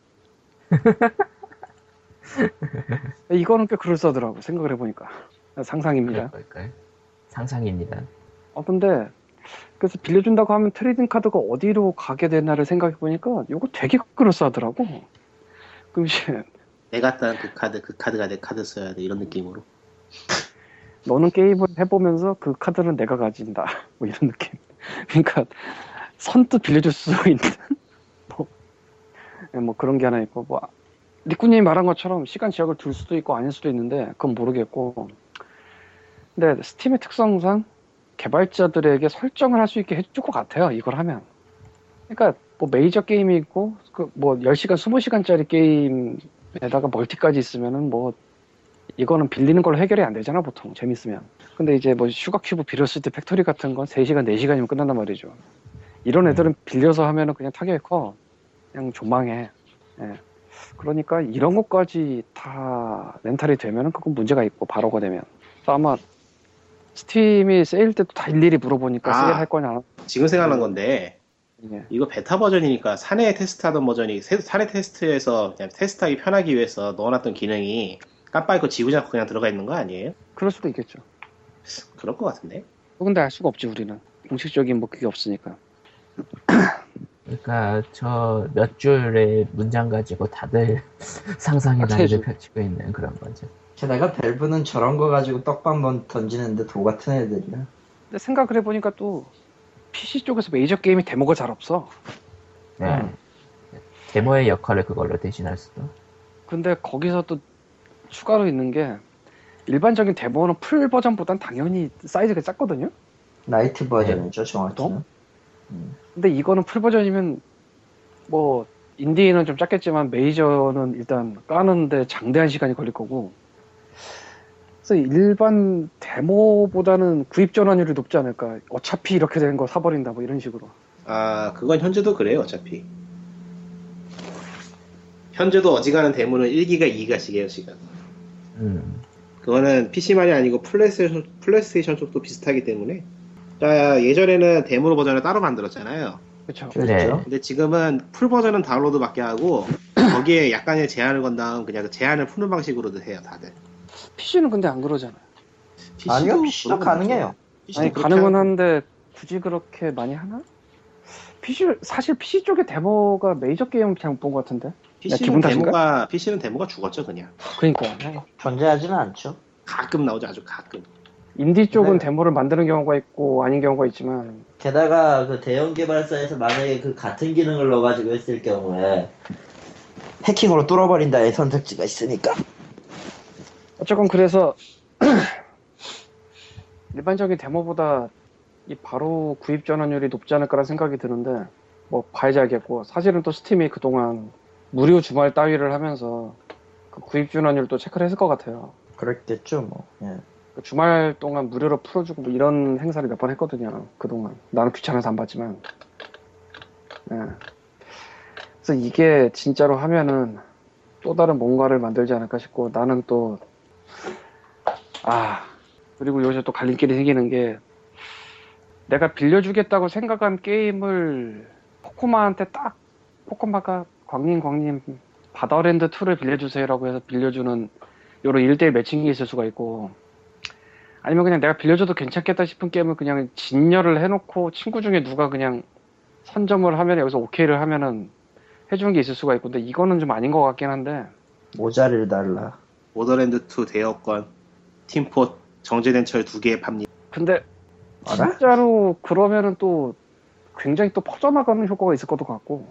이거는 꽤 그럴싸하더라고 생각을 해보니까 상상입니다. 네. 그럴 걸까요? 상상입니다. 아 근데 그래서 빌려준다고 하면 트레이딩 카드가 어디로 가게 되나를 생각해 보니까 이거 되게 그럴싸하더라고. 그럼 이제 내가 딴 그 카드 그 카드가 내 카드 써야 돼 이런 느낌으로 너는 게임을 해보면서 그 카드는 내가 가진다. 뭐 이런 느낌. 그러니까 선뜻 빌려줄 수 있는 뭐, 예, 뭐 그런 게 하나 있고 뭐 리꾸님이 말한 것처럼 시간 제약을 둘 수도 있고 아닐 수도 있는데 그건 모르겠고 근데 스팀의 특성상 개발자들에게 설정을 할 수 있게 해줄 것 같아요. 이걸 하면. 그러니까 뭐 메이저 게임이 있고 그 뭐 10시간, 20시간짜리 게임에다가 멀티까지 있으면은 뭐 이거는 빌리는 걸로 해결이 안 되잖아 보통 재밌으면 근데 이제 뭐 슈가 큐브 빌렸을 때 팩토리 같은 건 3시간 4시간이면 끝난단 말이죠 이런 애들은 빌려서 하면은 그냥 타격이 커 그냥 존망해 예. 그러니까 이런 것까지 다 렌탈이 되면은 그건 문제가 있고 바로가 되면 그래서 아마 스팀이 세일 때도 다 일일이 물어보니까 아. 세일할 거냐 안 할 지금 생각난 건데 거냐. 이거 베타 버전이니까 사내 테스트하던 버전이 세- 사내 테스트에서 그냥 테스트하기 편하기 위해서 넣어놨던 기능이 깜빡이고 지우지 않고 그냥 들어가 있는 거 아니에요? 그럴 수도 있겠죠 그럴 것 같은데 근데 알 수가 없지 우리는 공식적인 뭐 그게 없으니까 그러니까 저 몇 줄의 문장 가지고 다들 상상의 아, 나를 체조. 펼치고 있는 그런 거죠. 게다가 밸브는 저런 거 가지고 떡밥 먼 던지는데 도 같은 애들이야. 근데 생각을 해보니까 또 PC 쪽에서 메이저 게임이 데모가 잘 없어. 네. 음. 데모의 역할을 그걸로 대신할 수도. 근데 거기서 또 추가로 있는 게 일반적인 데모는 풀 버전보단 당연히 사이즈가 작거든요. 라이트 버전이죠 정확히는. 근데 이거는 풀 버전이면 뭐 인디는 좀 작겠지만 메이저는 일단 까는데 장대한 시간이 걸릴 거고. 그래서 일반 데모보다는 구입 전환율이 높지 않을까. 어차피 이렇게 된 거 사버린다 뭐 이런 식으로. 아 그건 현재도 그래요 어차피 현재도 어지간한 데모는 1기가 2기가씩이에요 지금 음. 그거는 PC만이 아니고 플레이스테이션, 플레이스테이션 쪽도 비슷하기 때문에 자, 예전에는 데모 버전을 따로 만들었잖아요 그렇죠. 그렇죠. 근데 지금은 풀 버전은 다운로드밖에 하고 거기에 약간의 제한을 건 다음 그냥 그 제한을 푸는 방식으로도 해요 다들 PC는 근데 안 그러잖아. PC도 아니요, PC도 가능해요. 아니 가능은 한데 굳이 그렇게 많이 하나? PC 사실 PC 쪽의 데모가 메이저 게임 잘못 본 것 같은데. PC는 네, 기분 탓인가? 데모가 PC는 데모가 죽었죠 그냥 그러니까 네. 존재하지는 않죠. 가끔 나오죠 아주 가끔 인디 쪽은 네. 데모를 만드는 경우가 있고 아닌 경우가 있지만 게다가 그 대형 개발사에서 만약에 그 같은 기능을 넣어가지고 했을 경우에 해킹으로 뚫어버린다의 선택지가 있으니까. 어쨌건 그래서 일반적인 데모보다 이 바로 구입 전환율이 높지 않을까라는 생각이 드는데 뭐 봐야지 알겠고 사실은 또 스팀이 그동안 무료 주말 따위를 하면서 그 구입 전환율도 체크를 했을 것 같아요. 그렇겠죠 뭐. 예. 그 주말 동안 무료로 풀어주고 뭐 이런 행사를 몇 번 했거든요. 그동안. 나는 귀찮아서 안 봤지만. 예. 그래서 이게 진짜로 하면은 또 다른 뭔가를 만들지 않을까 싶고 나는 또, 아, 그리고 요새 또 갈림길이 생기는 게 내가 빌려주겠다고 생각한 게임을 포코마한테 딱 포코마가 광님 광님 바다랜드 2를 빌려주세요라고 해서 빌려주는 요런 1대1 매칭이 있을 수가 있고 아니면 그냥 내가 빌려줘도 괜찮겠다 싶은 게임을 그냥 진열을 해놓고 친구 중에 누가 그냥 선점을 하면 여기서 오케이를 하면은 해주는 게 있을 수가 있고 근데 이거는 좀 아닌 것 같긴 한데 모자를 달라. 보더랜드 2 대여권 팀포 정제된 철 두 개에 팝니다 근데 알아? 네? 진짜로 그러면은 또 굉장히 또 퍼져나가는 효과가 있을 것도 같고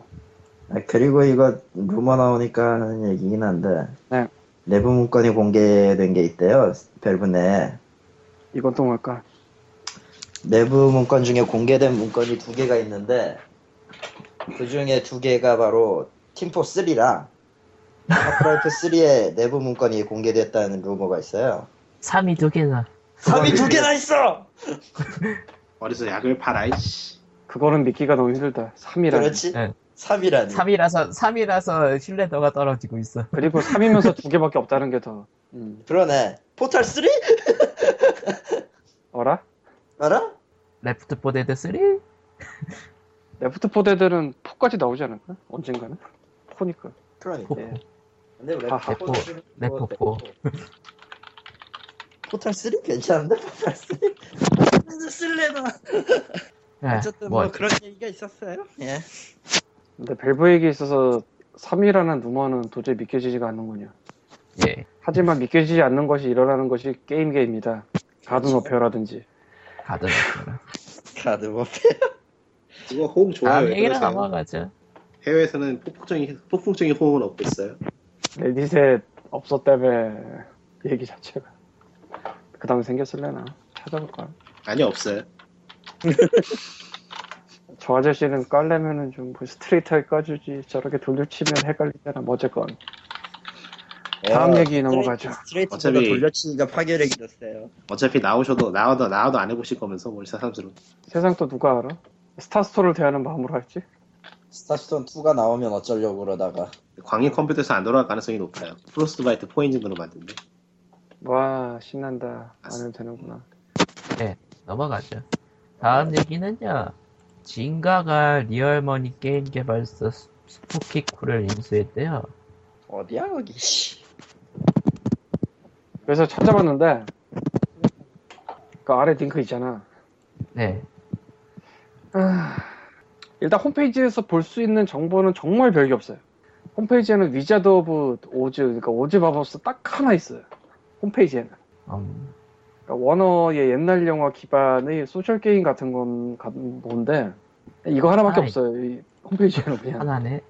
아, 그리고 이거 루머 나오니까 하는 얘기긴 한데 네. 내부 문건이 공개된 게 있대요. 밸브 내 이건 또 뭘까 내부 문건 중에 공개된 문건이 두 개가 있는데 그 중에 두 개가 바로 팀포 3랑 하프라이프 3의 내부 문건이 공개됐다는 루머가 있어요. 네. 3이 두 개나. 3이 두 개나 있어. 어디서 약을 팔아 이씨 그거는 믿기가 너무 힘들다 3이라 그렇지? 네. 3이라니. 3이라서 3이라서 신뢰도가 떨어지고 있어. 그리고 3이면서 두 개밖에 없다는 게더 음. 그러네. 포탈 3? 어라? 알아? 레프트 포데드 3? 레프트 포대들은 4까지 나오지 않을까? 언젠가는? 4니까 네. 그러니까. 포. 네, 예. 근데 왜 아, 바꿔 내포, 내포포. 네. 포털 3 괜찮은데 포털 3? 쓸래나 예, 어쨌든 뭐, 뭐, 그런 얘기가 있었어요. 예. 근데 벨브 얘기에 있어서 3위라는 루머는 도저히 믿겨지지가 않는군요. 그 예, 하지만 믿겨지지 않는 것이 일어나는 것이 게임계입니다. 가든 오페어라든지. 가든. 카드 뭐 이거 호응 좋아요. 네, 다음 왜 얘기로 그러세요? 넘어가죠. 해외에서는 폭풍적인 폭풍적인 호응은 없고 있어요. 레딧에 없었다며 얘기 자체가. 그 다음에 생겼을래나? 찾아볼까? 아니 없어요. 저 아저씨는 깔려면은 좀뭐 스트레이트하게 까주지 저렇게 돌려치면 헷갈리잖아 뭐 어쨌건 다음 어, 얘기 넘어가죠. 스트레이트보다 어차피- 돌려치기가 파괴력이 있었어요. 어차피 나오셔도 나와도 나와도 안 해보실 거면서 뭘 사삼스러. 세상 또 누가 알아? 스타스토를 대하는 마음으로 할지? 스타스톤 2가 나오면 어쩌려고 그러다가 광인 컴퓨터에서 안 돌아갈 가능성이 높아요. 프로스트바이트 포인진으로 만든데. 와 신난다 안 해도 되는구나 넘어가죠. 다음 얘기는요. 진가가 리얼머니 게임 개발사 스- 스포키쿠를 인수했대요. 어디야 거기? 씨. 그래서 찾아봤는데 그 아래 링크 있잖아 네. 아, 일단 홈페이지에서 볼 수 있는 정보는 정말 별게 없어요 홈페이지에는 위자드 오브 오즈 그러니까 오즈 마법사 딱 하나 있어요 홈페이지에는 음, 그러니까 원어의 옛날 영화 기반의 소셜 게임 같은 건 같은 건데 이거 하나밖에 아이. 없어요. 이 홈페이지에는 그냥. 하나네.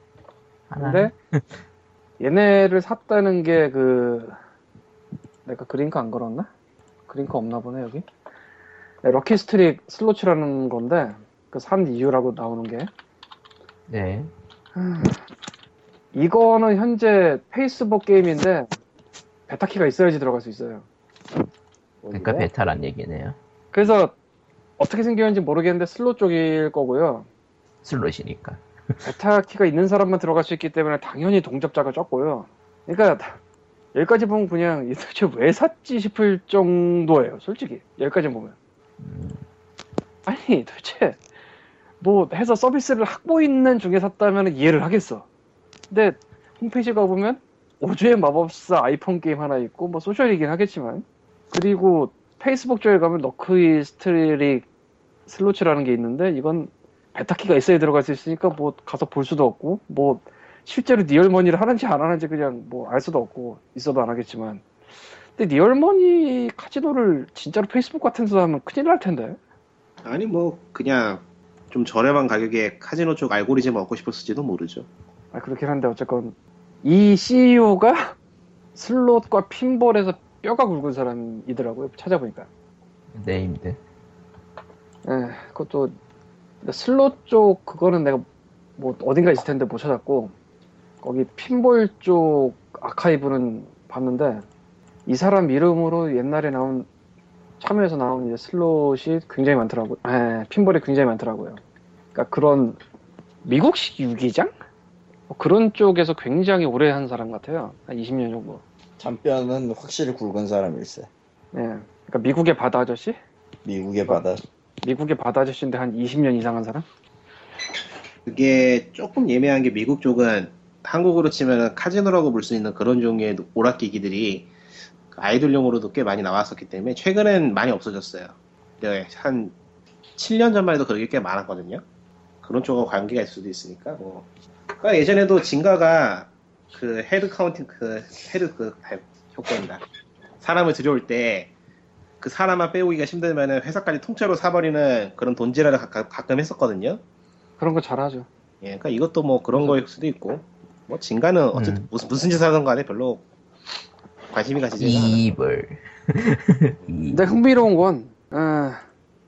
하나네. 근데 얘네를 샀다는 게 그 내가 그링크 안 걸었나? 그링크 없나 보네 여기. 네, 럭키스트릭 슬로츠라는 건데 그 산 이유라고 나오는 게 네. 이거는 현재 페이스북 게임인데 베타키가 있어야지 들어갈 수 있어요. 그러니까 베타란 얘기네요. 그래서 어떻게 생겼는지 모르겠는데 슬롯 쪽일 거고요. 슬롯이니까. 베타 키가 있는 사람만 들어갈 수 있기 때문에 당연히 동접자가 적고요. 그러니까 여기까지 보면 그냥 이 도대체 왜 샀지 싶을 정도예요. 솔직히 여기까지 보면 음, 아니 도대체 뭐 해서 서비스를 하고 있는 중에 샀다면 이해를 하겠어. 근데 홈페이지 가보면 오주의 마법사 아이폰 게임 하나 있고 뭐 소셜이긴 하겠지만 그리고 페이스북 쪽에 가면 너크이 스트릭 슬로츠라는 게 있는데 이건 베타키가 있어야 들어갈 수 있으니까 뭐 가서 볼 수도 없고 뭐 실제로 니얼머니를 하는지 안 하는지 그냥 뭐 알 수도 없고 있어도 안 하겠지만 근데 니얼머니 카지노를 진짜로 페이스북 같은 데서 하면 큰일 날 텐데 아니 뭐 그냥 좀 저렴한 가격에 카지노 쪽 알고리즘 얻고 싶었을지도 모르죠. 아, 그렇긴 한데 어쨌건 이 E CEO가 슬롯과 핀볼에서 뼈가 굵은 사람이더라고요. 찾아보니까. 네임드. 예, 그것도 근데 슬롯 쪽 그거는 내가 뭐 어딘가 있을 텐데 못 찾았고 거기 핀볼 쪽 아카이브는 봤는데 이 사람 이름으로 옛날에 나온 참여해서 나온 이제 슬롯이 굉장히 많더라고요. 예, 핀볼이 굉장히 많더라고요. 그러니까 그런 미국식 유기장? 뭐 그런 쪽에서 굉장히 오래 한 사람 같아요. 한 20년 정도. 잔뼈는 확실히 굵은 사람일세. 예. 그러니까 미국의 바다 아저씨? 미국의 바다. 미국의 바다 아저씨인데 한 20년 이상 한 사람? 그게 조금 예매한 게 미국 쪽은 한국으로 치면 카지노라고 볼 수 있는 그런 종류의 오락기기들이 그 아이돌용으로도 꽤 많이 나왔었기 때문에 최근엔 많이 없어졌어요. 네, 한 7년 전만 해도 그게 꽤 많았거든요. 그런 쪽하고 관계가 있을 수도 있으니까 뭐. 그러니까 예전에도 진가가 그 헤드 카운팅 그 헤드 그 아이고, 효과입니다. 사람을 들여올 때 그 사람만 빼오기가 힘들면은 회사까지 통째로 사버리는 그런 돈지랄을 가- 가끔 했었거든요. 그런 거 잘하죠. 예, 그러니까 이것도 뭐 그런 거일 수도 있고 뭐 진가는 어쨌든 음. 무슨 무슨 짓 하던 간에 별로 관심이 가시지가 않아요. 이블. 이- 근데 흥미로운 건, 어,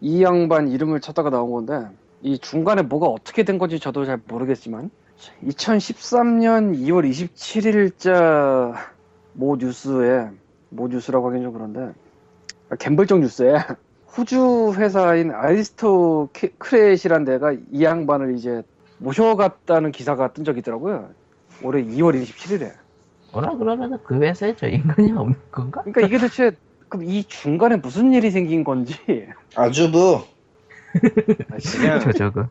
이 양반 이름을 찾다가 나온 건데, 이 중간에 뭐가 어떻게 된 건지 저도 잘 모르겠지만, 2013년 2월 27일자 모 뉴스에, 모 뉴스라고 하긴 좀 그런데, 아, 갬블적 뉴스에, 호주 회사인 아리스토 크- 크렛이란 데가 이 양반을 이제 모셔갔다는 기사가 뜬 적이 있더라고요. 올해 2월 27일에. 뭐라 그러면은 그 회사에 저 인간이 없는 건가? 그러니까 이게 대체, 그럼 이 중간에 무슨 일이 생긴 건지, 아주부. 네. 그냥 저 저거.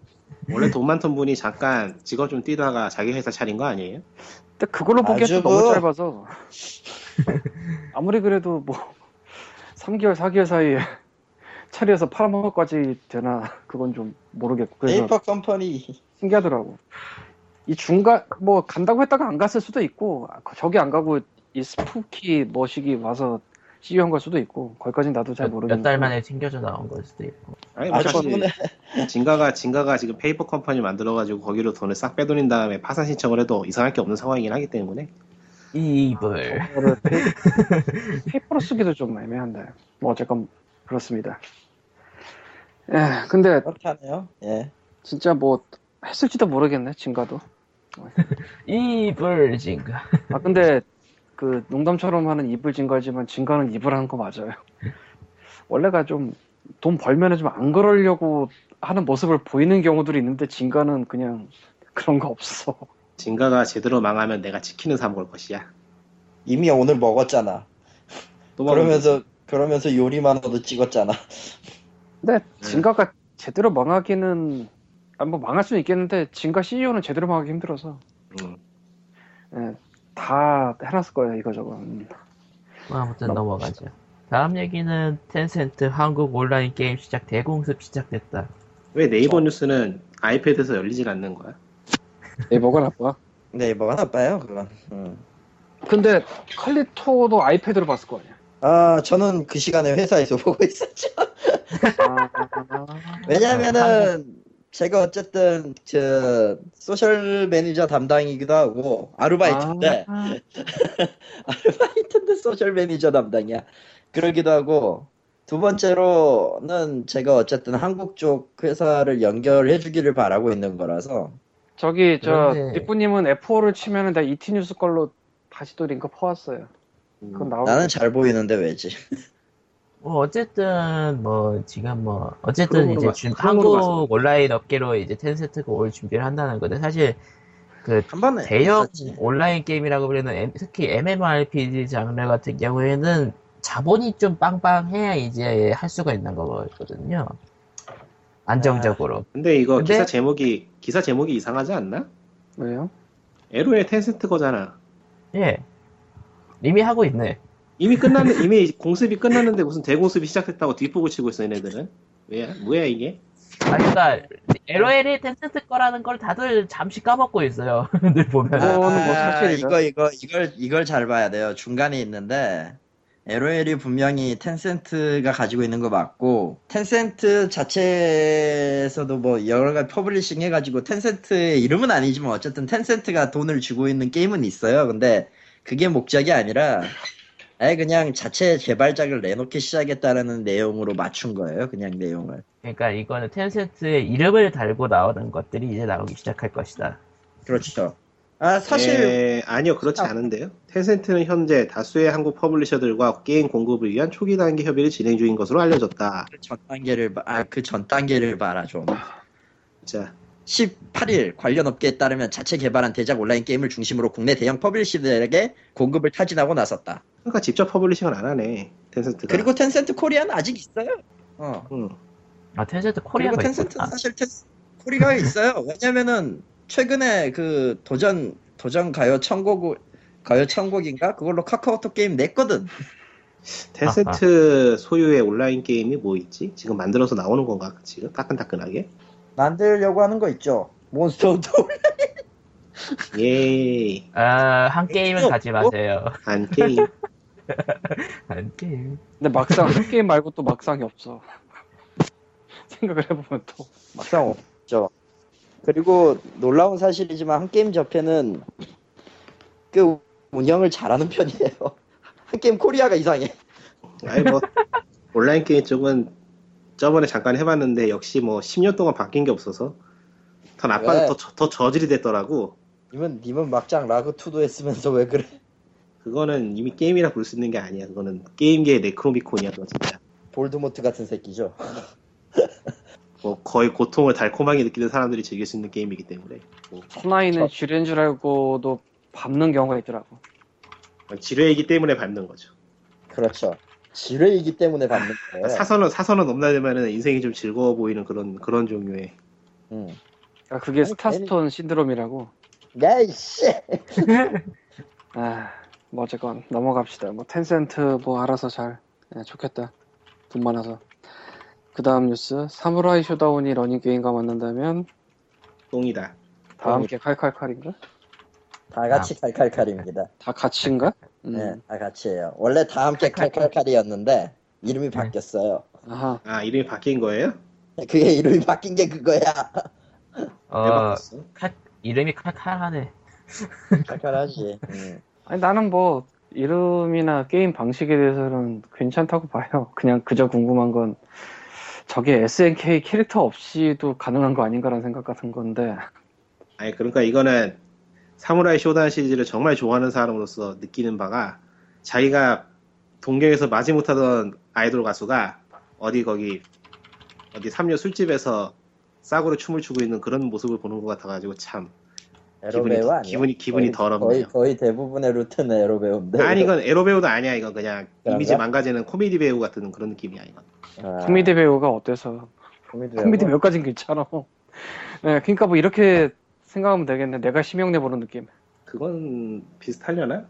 원래 돈 많던 분이 잠깐 직업 좀 뛰다가 자기 회사 차린 거 아니에요? 근데 그걸로 보기엔 또 아주 너무 뭐. 짧아서 아무리 그래도 뭐 3개월, 4개월 사이에 차리에서 팔아먹을 것까지 되나 그건 좀 모르겠고 그래서 페이퍼 컴퍼니 신기하더라고. 이 중간 뭐 간다고 했다가 안 갔을 수도 있고 아, 저기 안 가고 이 스푸키 머시기 와서 CEO한 걸 수도 있고 거기까지 는 나도 잘 모르겠는데 몇달 만에 챙겨져 나온 걸 수도 있고. 아니 뭐 아 사실 저번에 진가가 진가가 지금 페이퍼 컴퍼니 만들어가지고 거기로 돈을 싹 빼돌린 다음에 파산 신청을 해도 이상할 게 없는 상황이긴 하기 때문에 이불. 그거를 페이- 페이퍼로 쓰기도 좀 애매한데 뭐 어쨌건 그렇습니다. 예, 근데 그렇다네요 예 진짜 뭐 했을지도 모르겠네 진가도. 이불 진가. 아 근데 그 농담처럼 하는 이불 진가지만 진가는 이불 하는 거 맞아요. 원래가 좀 돈 벌면은 좀 안 그러려고 하는 모습을 보이는 경우들이 있는데 진가는 그냥 그런 거 없어. 진가가 제대로 망하면 내가 치킨을 사 먹을 것이야. 이미 오늘 먹었잖아 또뭐뭐 먹으면 그러면서 그러면서 요리만으로도 찍었잖아 근데 네. 진가가 제대로 망하기는 아, 뭐 망할 수는 있겠는데 진가 CEO는 제대로 망하기 힘들어서 음. 예, 다 해놨을 거예요 이거저거. 음. 뭐 아무튼 넘어가죠. 다음 얘기는 텐센트 한국 온라인 게임 시작 대공습 시작됐다. 왜 네이버 뉴스는 아이패드에서 열리질 않는 거야? 네이버가 나빠. 네이버가 나빠요 그건 음. 근데 칼리토도 아이패드로 봤을 거 아니야. 아 저는 그 시간에 회사에서 보고 있었죠 아, 왜냐면은 제가 어쨌든 저 소셜 매니저 담당이기도 하고 아르바이트인데 아, 아르바이트인데 소셜 매니저 담당이야. 그러기도 하고 두 번째로는 제가 어쨌든 한국 쪽 회사를 연결해 주기를 바라고 있는 거라서 저기 저 그런데- 닉부님은 F4를 치면은 내가 ET 뉴스 걸로 다시 또 링크 퍼왔어요. 음. 그건 나올 음, 나는 잘 보이는데 왜지? 뭐 어쨌든 뭐 지금 뭐 어쨌든 크롬으로 이제 가- 준- 크롬으로 한국 온라인 업계로 이제 텐센트가 올 준비를 한다는 건데 사실 그 한 번에 대형 했었지. 온라인 게임이라고 부르는 M- 특히 MMORPG 장르 같은 경우에는 자본이 좀 빵빵해야 이제 할 수가 있는 거거든요. 안정적으로. 근데 이거 근데- 기사 제목이 기사 제목이 이상하지 않나? 왜요? LOL 텐센트 거잖아. 예. 이미 하고 있네. 이미 끝났는 이미 공습이 끝났는데 무슨 대공습이 시작됐다고 뒷북을 치고 있어 얘네들은. 왜 뭐야 이게? 아, 그러니까 LOL이 텐센트 거라는 걸 다들 잠시 까먹고 있어요. 늘 보면. 어, 그거는 뭐 사실이다. 아, 이거 이거 이걸 이걸 잘 봐야 돼요. 중간에 있는데 LOL이 분명히 텐센트가 가지고 있는 거 맞고 텐센트 자체에서도 뭐 여러 가지 퍼블리싱 해가지고 텐센트의 이름은 아니지만 어쨌든 텐센트가 돈을 주고 있는 게임은 있어요. 근데 그게 목적이 아니라 아예 그냥 자체 개발작을 내놓기 시작했다라는 내용으로 맞춘 거예요. 그냥 내용을. 그러니까 이거는 텐센트의 이름을 달고 나오는 것들이 이제 나오기 시작할 것이다. 그렇죠. 아 예. 사실 에, 예, 아니요 그렇지 않은데요. 텐센트는 현재 다수의 한국 퍼블리셔들과 게임 공급을 위한 초기 단계 협의를 진행 중인 것으로 알려졌다. 전 단계를 아그 전 단계를 봐라 좀. 자 18일 관련 업계에 따르면 자체 개발한 대작 온라인 게임을 중심으로 국내 대형 퍼블리시들에게 공급을 타진하고 나섰다. 그러니까 직접 퍼블리싱을 안 하네 텐센트가. 그리고 텐센트 코리아는 아직 있어요. 어. 음. 아 텐센트 그리고 코리아가 텐센트는 있구나. 사실 텐 코리아가 있어요. 왜냐면은 최근에 그 도전 도전 가요 천곡 가요 천곡인가 그걸로 카카오톡 게임 냈거든. 텐센트 소유의 온라인 게임이 뭐 있지? 지금 만들어서 나오는 건가? 지금 따끈따끈하게? 만들려고 하는 거 있죠. 몬스터 헌터 온라인. 예이 아, 한 게임은 어? 가지 마세요. 안 게임 한 게임. 근데 막상 한 게임 말고 또 막상이 없어. 생각을 해보면 또 막상 없. 그리고 놀라운 사실이지만 한 게임 접해는 그 운영을 잘하는 편이에요. 한 게임 코리아가 이상해. 아이 뭐 온라인 게임 쪽은 저번에 잠깐 해봤는데 역시 뭐 10년 동안 바뀐 게 없어서 더 왜? 나빠서 더, 저- 더 저질이 됐더라고 님은 님은 막장 라그 투도 했으면서 왜 그래? 그거는 이미 게임이라 부를 수 있는 게 아니야 그거는 게임계의 네크로미콘이야 그거 진짜 볼드모트 같은 새끼죠. 뭐 거의 고통을 달콤하게 느끼는 사람들이 즐길 수 있는 게임이기 때문에 뭐 코나이는 쥐린 줄 알고도 밟는 경우가 있더라고. 지뢰이기 때문에 밟는 거죠 그렇죠. 지뢰이기 때문에 받는 거예요. 그러니까 사선은 사선은 넘나들면은 인생이 좀 즐거워 보이는 그런 그런 종류의 응. 아, 그게 아니, 스타스톤 신드롬이라고. 야이씨. 아, 뭐 어쨌건 넘어갑시다. 뭐 텐센트 뭐 알아서 잘 예, 좋겠다. 돈 많아서. 그 다음 뉴스. 사무라이 쇼다운이 러닝게임과 만난다면 똥이다. 다 어. 함께 칼칼칼인가? 다 같이 칼칼칼입니다. 다 같이인가? 음. 네, 다 같이예요. 원래 다 함께 칼칼칼이었는데 네. 이름이 바뀌었어요. 아하. 아 이름이 바뀐 거예요? 그게 이름이 바뀐 게 그거야. 어, 대박이었어. 이름이 칼칼하네. 칼칼하지. 음. 아니, 나는 뭐, 이름이나 게임 방식에 대해서는 괜찮다고 봐요. 그냥 그저 궁금한 건, 저게 SNK 캐릭터 없이도 가능한 거 아닌가라는 생각 같은 건데, 아니 그러니까 이거는 사무라이 쇼단 시리즈를 정말 좋아하는 사람으로서 느끼는 바가 자기가 동경에서 마지 못하던 아이돌 가수가 어디 거기 어디 삼류 술집에서 싸구려 춤을 추고 있는 그런 모습을 보는 것 같아가지고 참 기분이 에로베우 아니야? 기분이 기분이 거의- 거의, 더럽네요. 거의 대부분의 루트는 에로베우인데. 아니 이건 에로 배우도 아니야 이건 네, 그냥 이미지 그런가? 망가지는 코미디 배우 같은 그런 느낌이야 이건. 아, 코미디 배우가 어때서, 코미디 코미디 배우. 배우까진 괜찮아. 네, 그니까 뭐 이렇게 생각하면 되겠네. 내가 심형래 보는 느낌. 그건 비슷하려나?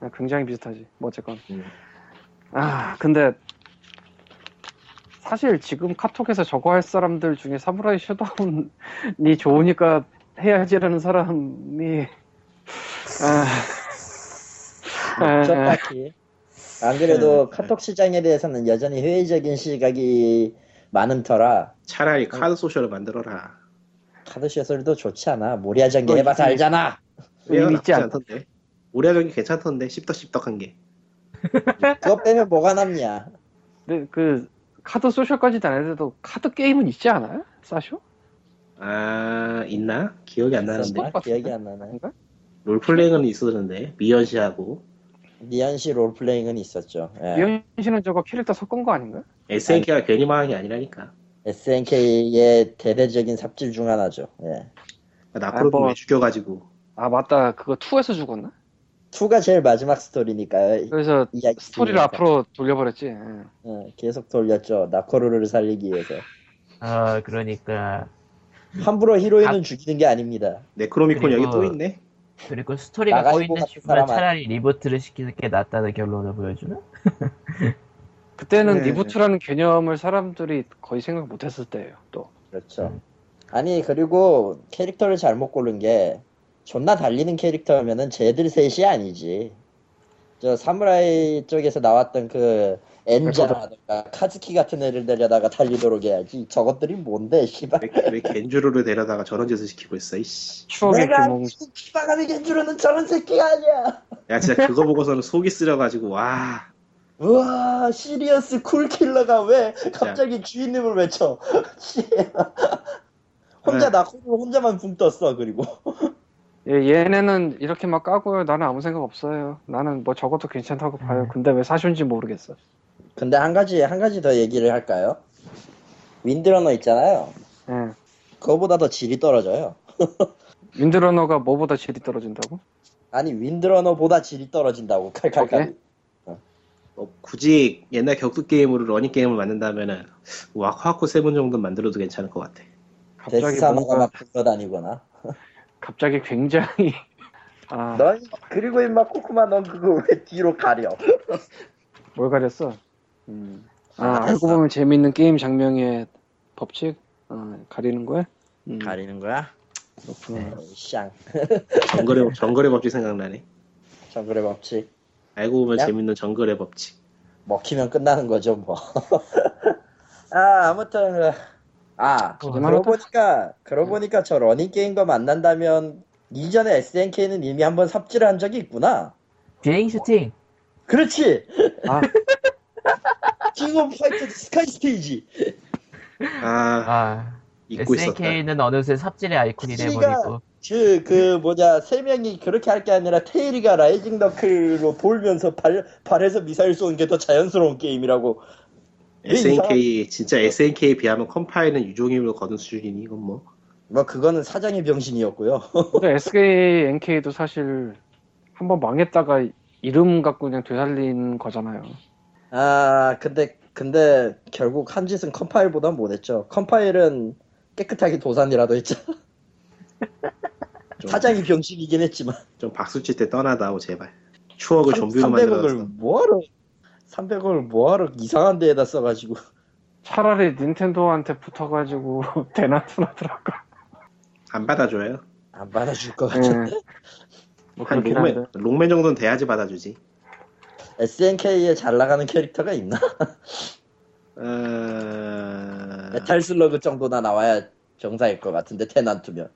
아, 굉장히 비슷하지. 뭐 어쨌건. 음. 아, 근데 사실 지금 카톡에서 저거 할 사람들 중에 사무라이 슈다운이 좋으니까 해야지라는 사람이 아, 없죠, 에, 딱히. 안 그래도 음, 카톡 시장에 대해서는 여전히 회의적인 시각이 많은 터라 차라리 카드 소셜을 만들어라. 카드 시설도 좋지 않아. 모리아전기 뭐 해봐서 이미- 알잖아. 왜요? 의미 있지 나쁘지 않- 않던데. 오래전이 괜찮던데 씹덕씹덕한 게. 그거 빼면 뭐가 남냐? 근데 그 카드 소셜까지는 안 해도 카드 게임은 있지 않아요? 사쇼? 아 있나? 기억이 안 나는데 정말 기억이 안 나네. 아닌가? 롤플레잉은 있었는데 미연 씨하고 미연 씨 롤플레잉은 있었죠. 예. 이현 씨는 저거 캐릭터 섞은 거 아닌가? SNK가 괜히 망한 게 아니라니까 SNK의 대대적인 삽질 중 하나죠. 예. 그러니까 나프로 아, 뭐. 왜 죽여가지고 아 맞다 그거 2에서 죽었나? 2가 제일 마지막 스토리니까요. 그래서 이야기 스토리를 중에서. 앞으로 돌려버렸지 예. 예, 계속 돌렸죠. 나코루를 살리기 위해서. 어, 그러니까 함부로 히로인은 죽이는 게 아닙니다. 네크로미콘 그리고- 여기 또 있네? 그리고 스토리가 나가시고 꼬이는 같은 친구는 사람한테. 차라리 리부트를 시키는 게 낫다는 결론을 보여주는? 그때는 네. 리부트라는 개념을 사람들이 거의 생각 못했을 때예요 또 그렇죠. 아니 그리고 캐릭터를 잘못 고른 게 존나 달리는 캐릭터면은 쟤들 셋이 아니지. 저 사무라이 쪽에서 나왔던 그 엔자라든가 카즈키 같은 애를 데려다가 달리도록 해야지. 저것들이 뭔데 씨발. 왜, 왜 겐주로를 데려다가 저런 짓을 시키고 있어 이씨 추억의 내가 구멍 키바가는 겐주로는 저런 새끼가 아니야. 야 진짜 그거 보고서는 속이 쓰려가지고 와 우와 시리어스 쿨킬러가 왜 갑자기 주인님을 외쳐. 씨. 혼자 네. 나코로 혼자만 붕 떴어 그리고. 예, 얘네는 이렇게 막 까고요. 나는 아무 생각 없어요. 나는 뭐 저것도 괜찮다고 네. 봐요. 근데 왜 사실인지 모르겠어. 근데 한 가지 한 가지 더 얘기를 할까요? 윈드러너 있잖아요. 예. 그거보다 더 질이 떨어져요. 윈드러너가 뭐보다 질이 떨어진다고? 아니 윈드러너보다 질이 떨어진다고 칼칼칼. 오케이. 뭐 굳이 옛날 격투 게임으로 러닝 게임을 만든다면은 와쿠와쿠 세븐 정도 만들어도 괜찮을 것 같아 갑자기 데스사마가 뭔가 막 불러다니거나. 갑자기 굉장히 아, 넌 그리고 임마 코코마 넌 그거 왜 뒤로 가려? 뭘 가렸어? 음. 아, 아, 알고 됐어. 보면 재밌는 게임 장면의 법칙? 아, 가리는 거야? 음, 가리는 거야? 그렇구나. 음. 샹. 정글의, 정글의 법칙 생각나네 정글의 법칙. 알고 보면 야. 재밌는 정글의 법칙 먹히면 끝나는 거죠 뭐. 아 아무튼 아 어, 그러고 그만하다. 보니까 그러고 보니까 저 러닝 게임과 만난다면 이전에 SNK는 이미 한번 삽질을 한 적이 있구나. 비행 슈팅! 그렇지. 아. 킹 오브 파이터 스카이 스테이지. 아 아, 잊고 있었다 SNK는 어느새 삽질의 아이콘이 삽질이가- 돼버리고. 그, 그, 뭐냐, 세 명이 그렇게 할 게 아니라 테일이가 라이징 너클로 돌면서 발, 발에서 미사일 쏘는 게 더 자연스러운 게임이라고. SNK 진짜 SNK에 비하면 컴파일은 유종임을 거둔 수준이니 이건 뭐 뭐, 그거는 사장의 병신이었고요. 근데 SK NK도 사실 한번 망했다가 이름 갖고 그냥 되살린 거잖아요. 아, 근데, 근데, 결국 한 짓은 컴파일보다 못했죠. 컴파일은 깨끗하게 도산이라도 했죠. 좀- 사장이 병신이긴 했지만. 좀 박수 칠때 떠나다오 제발. 추억을 좀비로 뭐 300억을 만들어서 뭐하러 300원을 뭐하러 이상한 데에다 써가지고 차라리 닌텐도한테 붙어가지고 대낮으나 들어가. 안 받아줘요. 안 받아줄 것 같아. 예. 뭐 한 그렇긴 한데. 롱맨, 롱맨 정도는 돼야지 받아주지. SNK에 잘 나가는 캐릭터가 있나? 네. 어... 메탈 슬러그 정도나 나와야 정상일 것 같은데 테난투면.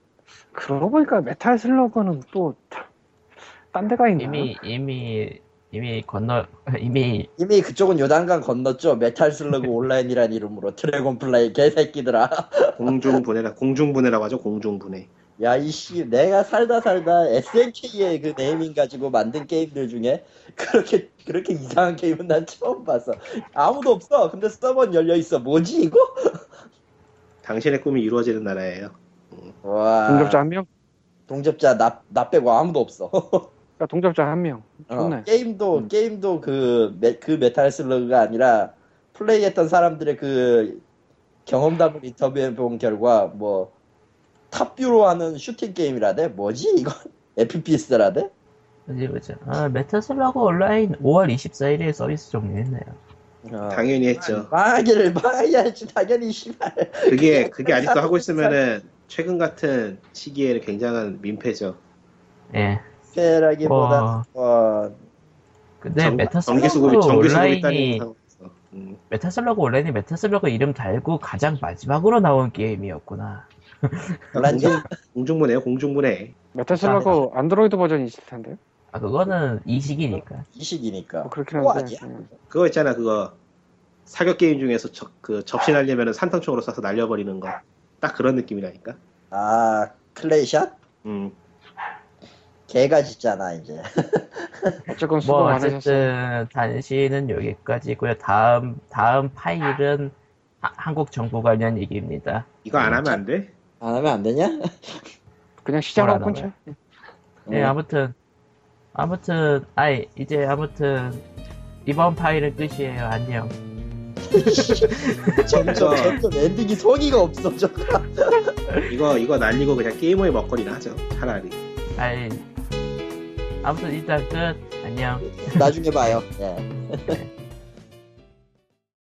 그러고 보니까 메탈 슬러그는 또 딴 데가 있나? 이미 이미 이미 건너 이미 이미 그쪽은 요단강 건넜죠. 메탈 슬러그 온라인이란 이름으로 드래곤 플라이 개새끼들아. 공중 분해라 공중 분해라고 하죠. 공중 분해. 야 이씨 내가 살다 살다 SNK의 그 네이밍 가지고 만든 게임들 중에 그렇게 그렇게 이상한 게임은 난 처음 봤어. 아무도 없어. 근데 서버는 열려 있어. 뭐지 이거? 당신의 꿈이 이루어지는 나라예요. 와. 동접자 한 명? 동접자 나, 나 빼고 아무도 없어. 그러니까 동접자 한 명. 어, 좋네. 게임도 음. 게임도 그, 메, 그 메탈 슬러그가 아니라 플레이했던 사람들의 그 경험담을 인터뷰해 본 결과 뭐 탑뷰로 하는 슈팅 게임이라대 뭐지 이건 FPS라대 어디 보자. 아 메타슬러그 온라인 5월 24일에 서비스 종료했네요. 아. 아. 어. 당연히 했죠. 망하기를 망해야지 당연히 씨발 그게 그게 아직도 하고 있으면은 최근 같은 시기에는 굉장한 민폐죠. 예. 세라기보다 와. 어, 근데 정- 정기 수급이 네, 메타슬러그 정기 수급이 온라인이 딸리는 상황에서. 음. 메타슬러그 온라인이 메타슬러그 이름 달고 가장 마지막으로 나온 게임이었구나. 블란디 그러니까 공중분해요. 공중분해. 메탈 슬러그 안드로이드 버전이 있을 텐데. 아 그거는 이식이니까. 어, 이식이니까 뭐 그렇긴 뭐 한데. 아니야? 음. 그거 있잖아 그거 사격 게임 중에서 적, 그 접신하려면 산탕총으로 쏴서 날려버리는 거 딱 그런 느낌이라니까 아 클레이샷 음 개가 짖잖아 이제 예. 어쨌건 수고 뭐 많으셨어요. 어쨌든 단신은 여기까지고요. 다음 다음 파일은 하- 한국 정부 관련 얘기입니다. 이거 음, 안 하면 안 돼? 안 하면 안 되냐 그냥 시작하고 뭐라 끊자. 음. 네, 아무튼 아무튼 아이 이제 아무튼 이번 파일은 끝이에요. 안녕. 점점 점점 엔딩이 성의가 없어 저 이거 이거 날리고 그냥 게이머의 먹거리나 하죠 차라리 아이 아무튼 일단 끝. 안녕. 나중에 봐요 예.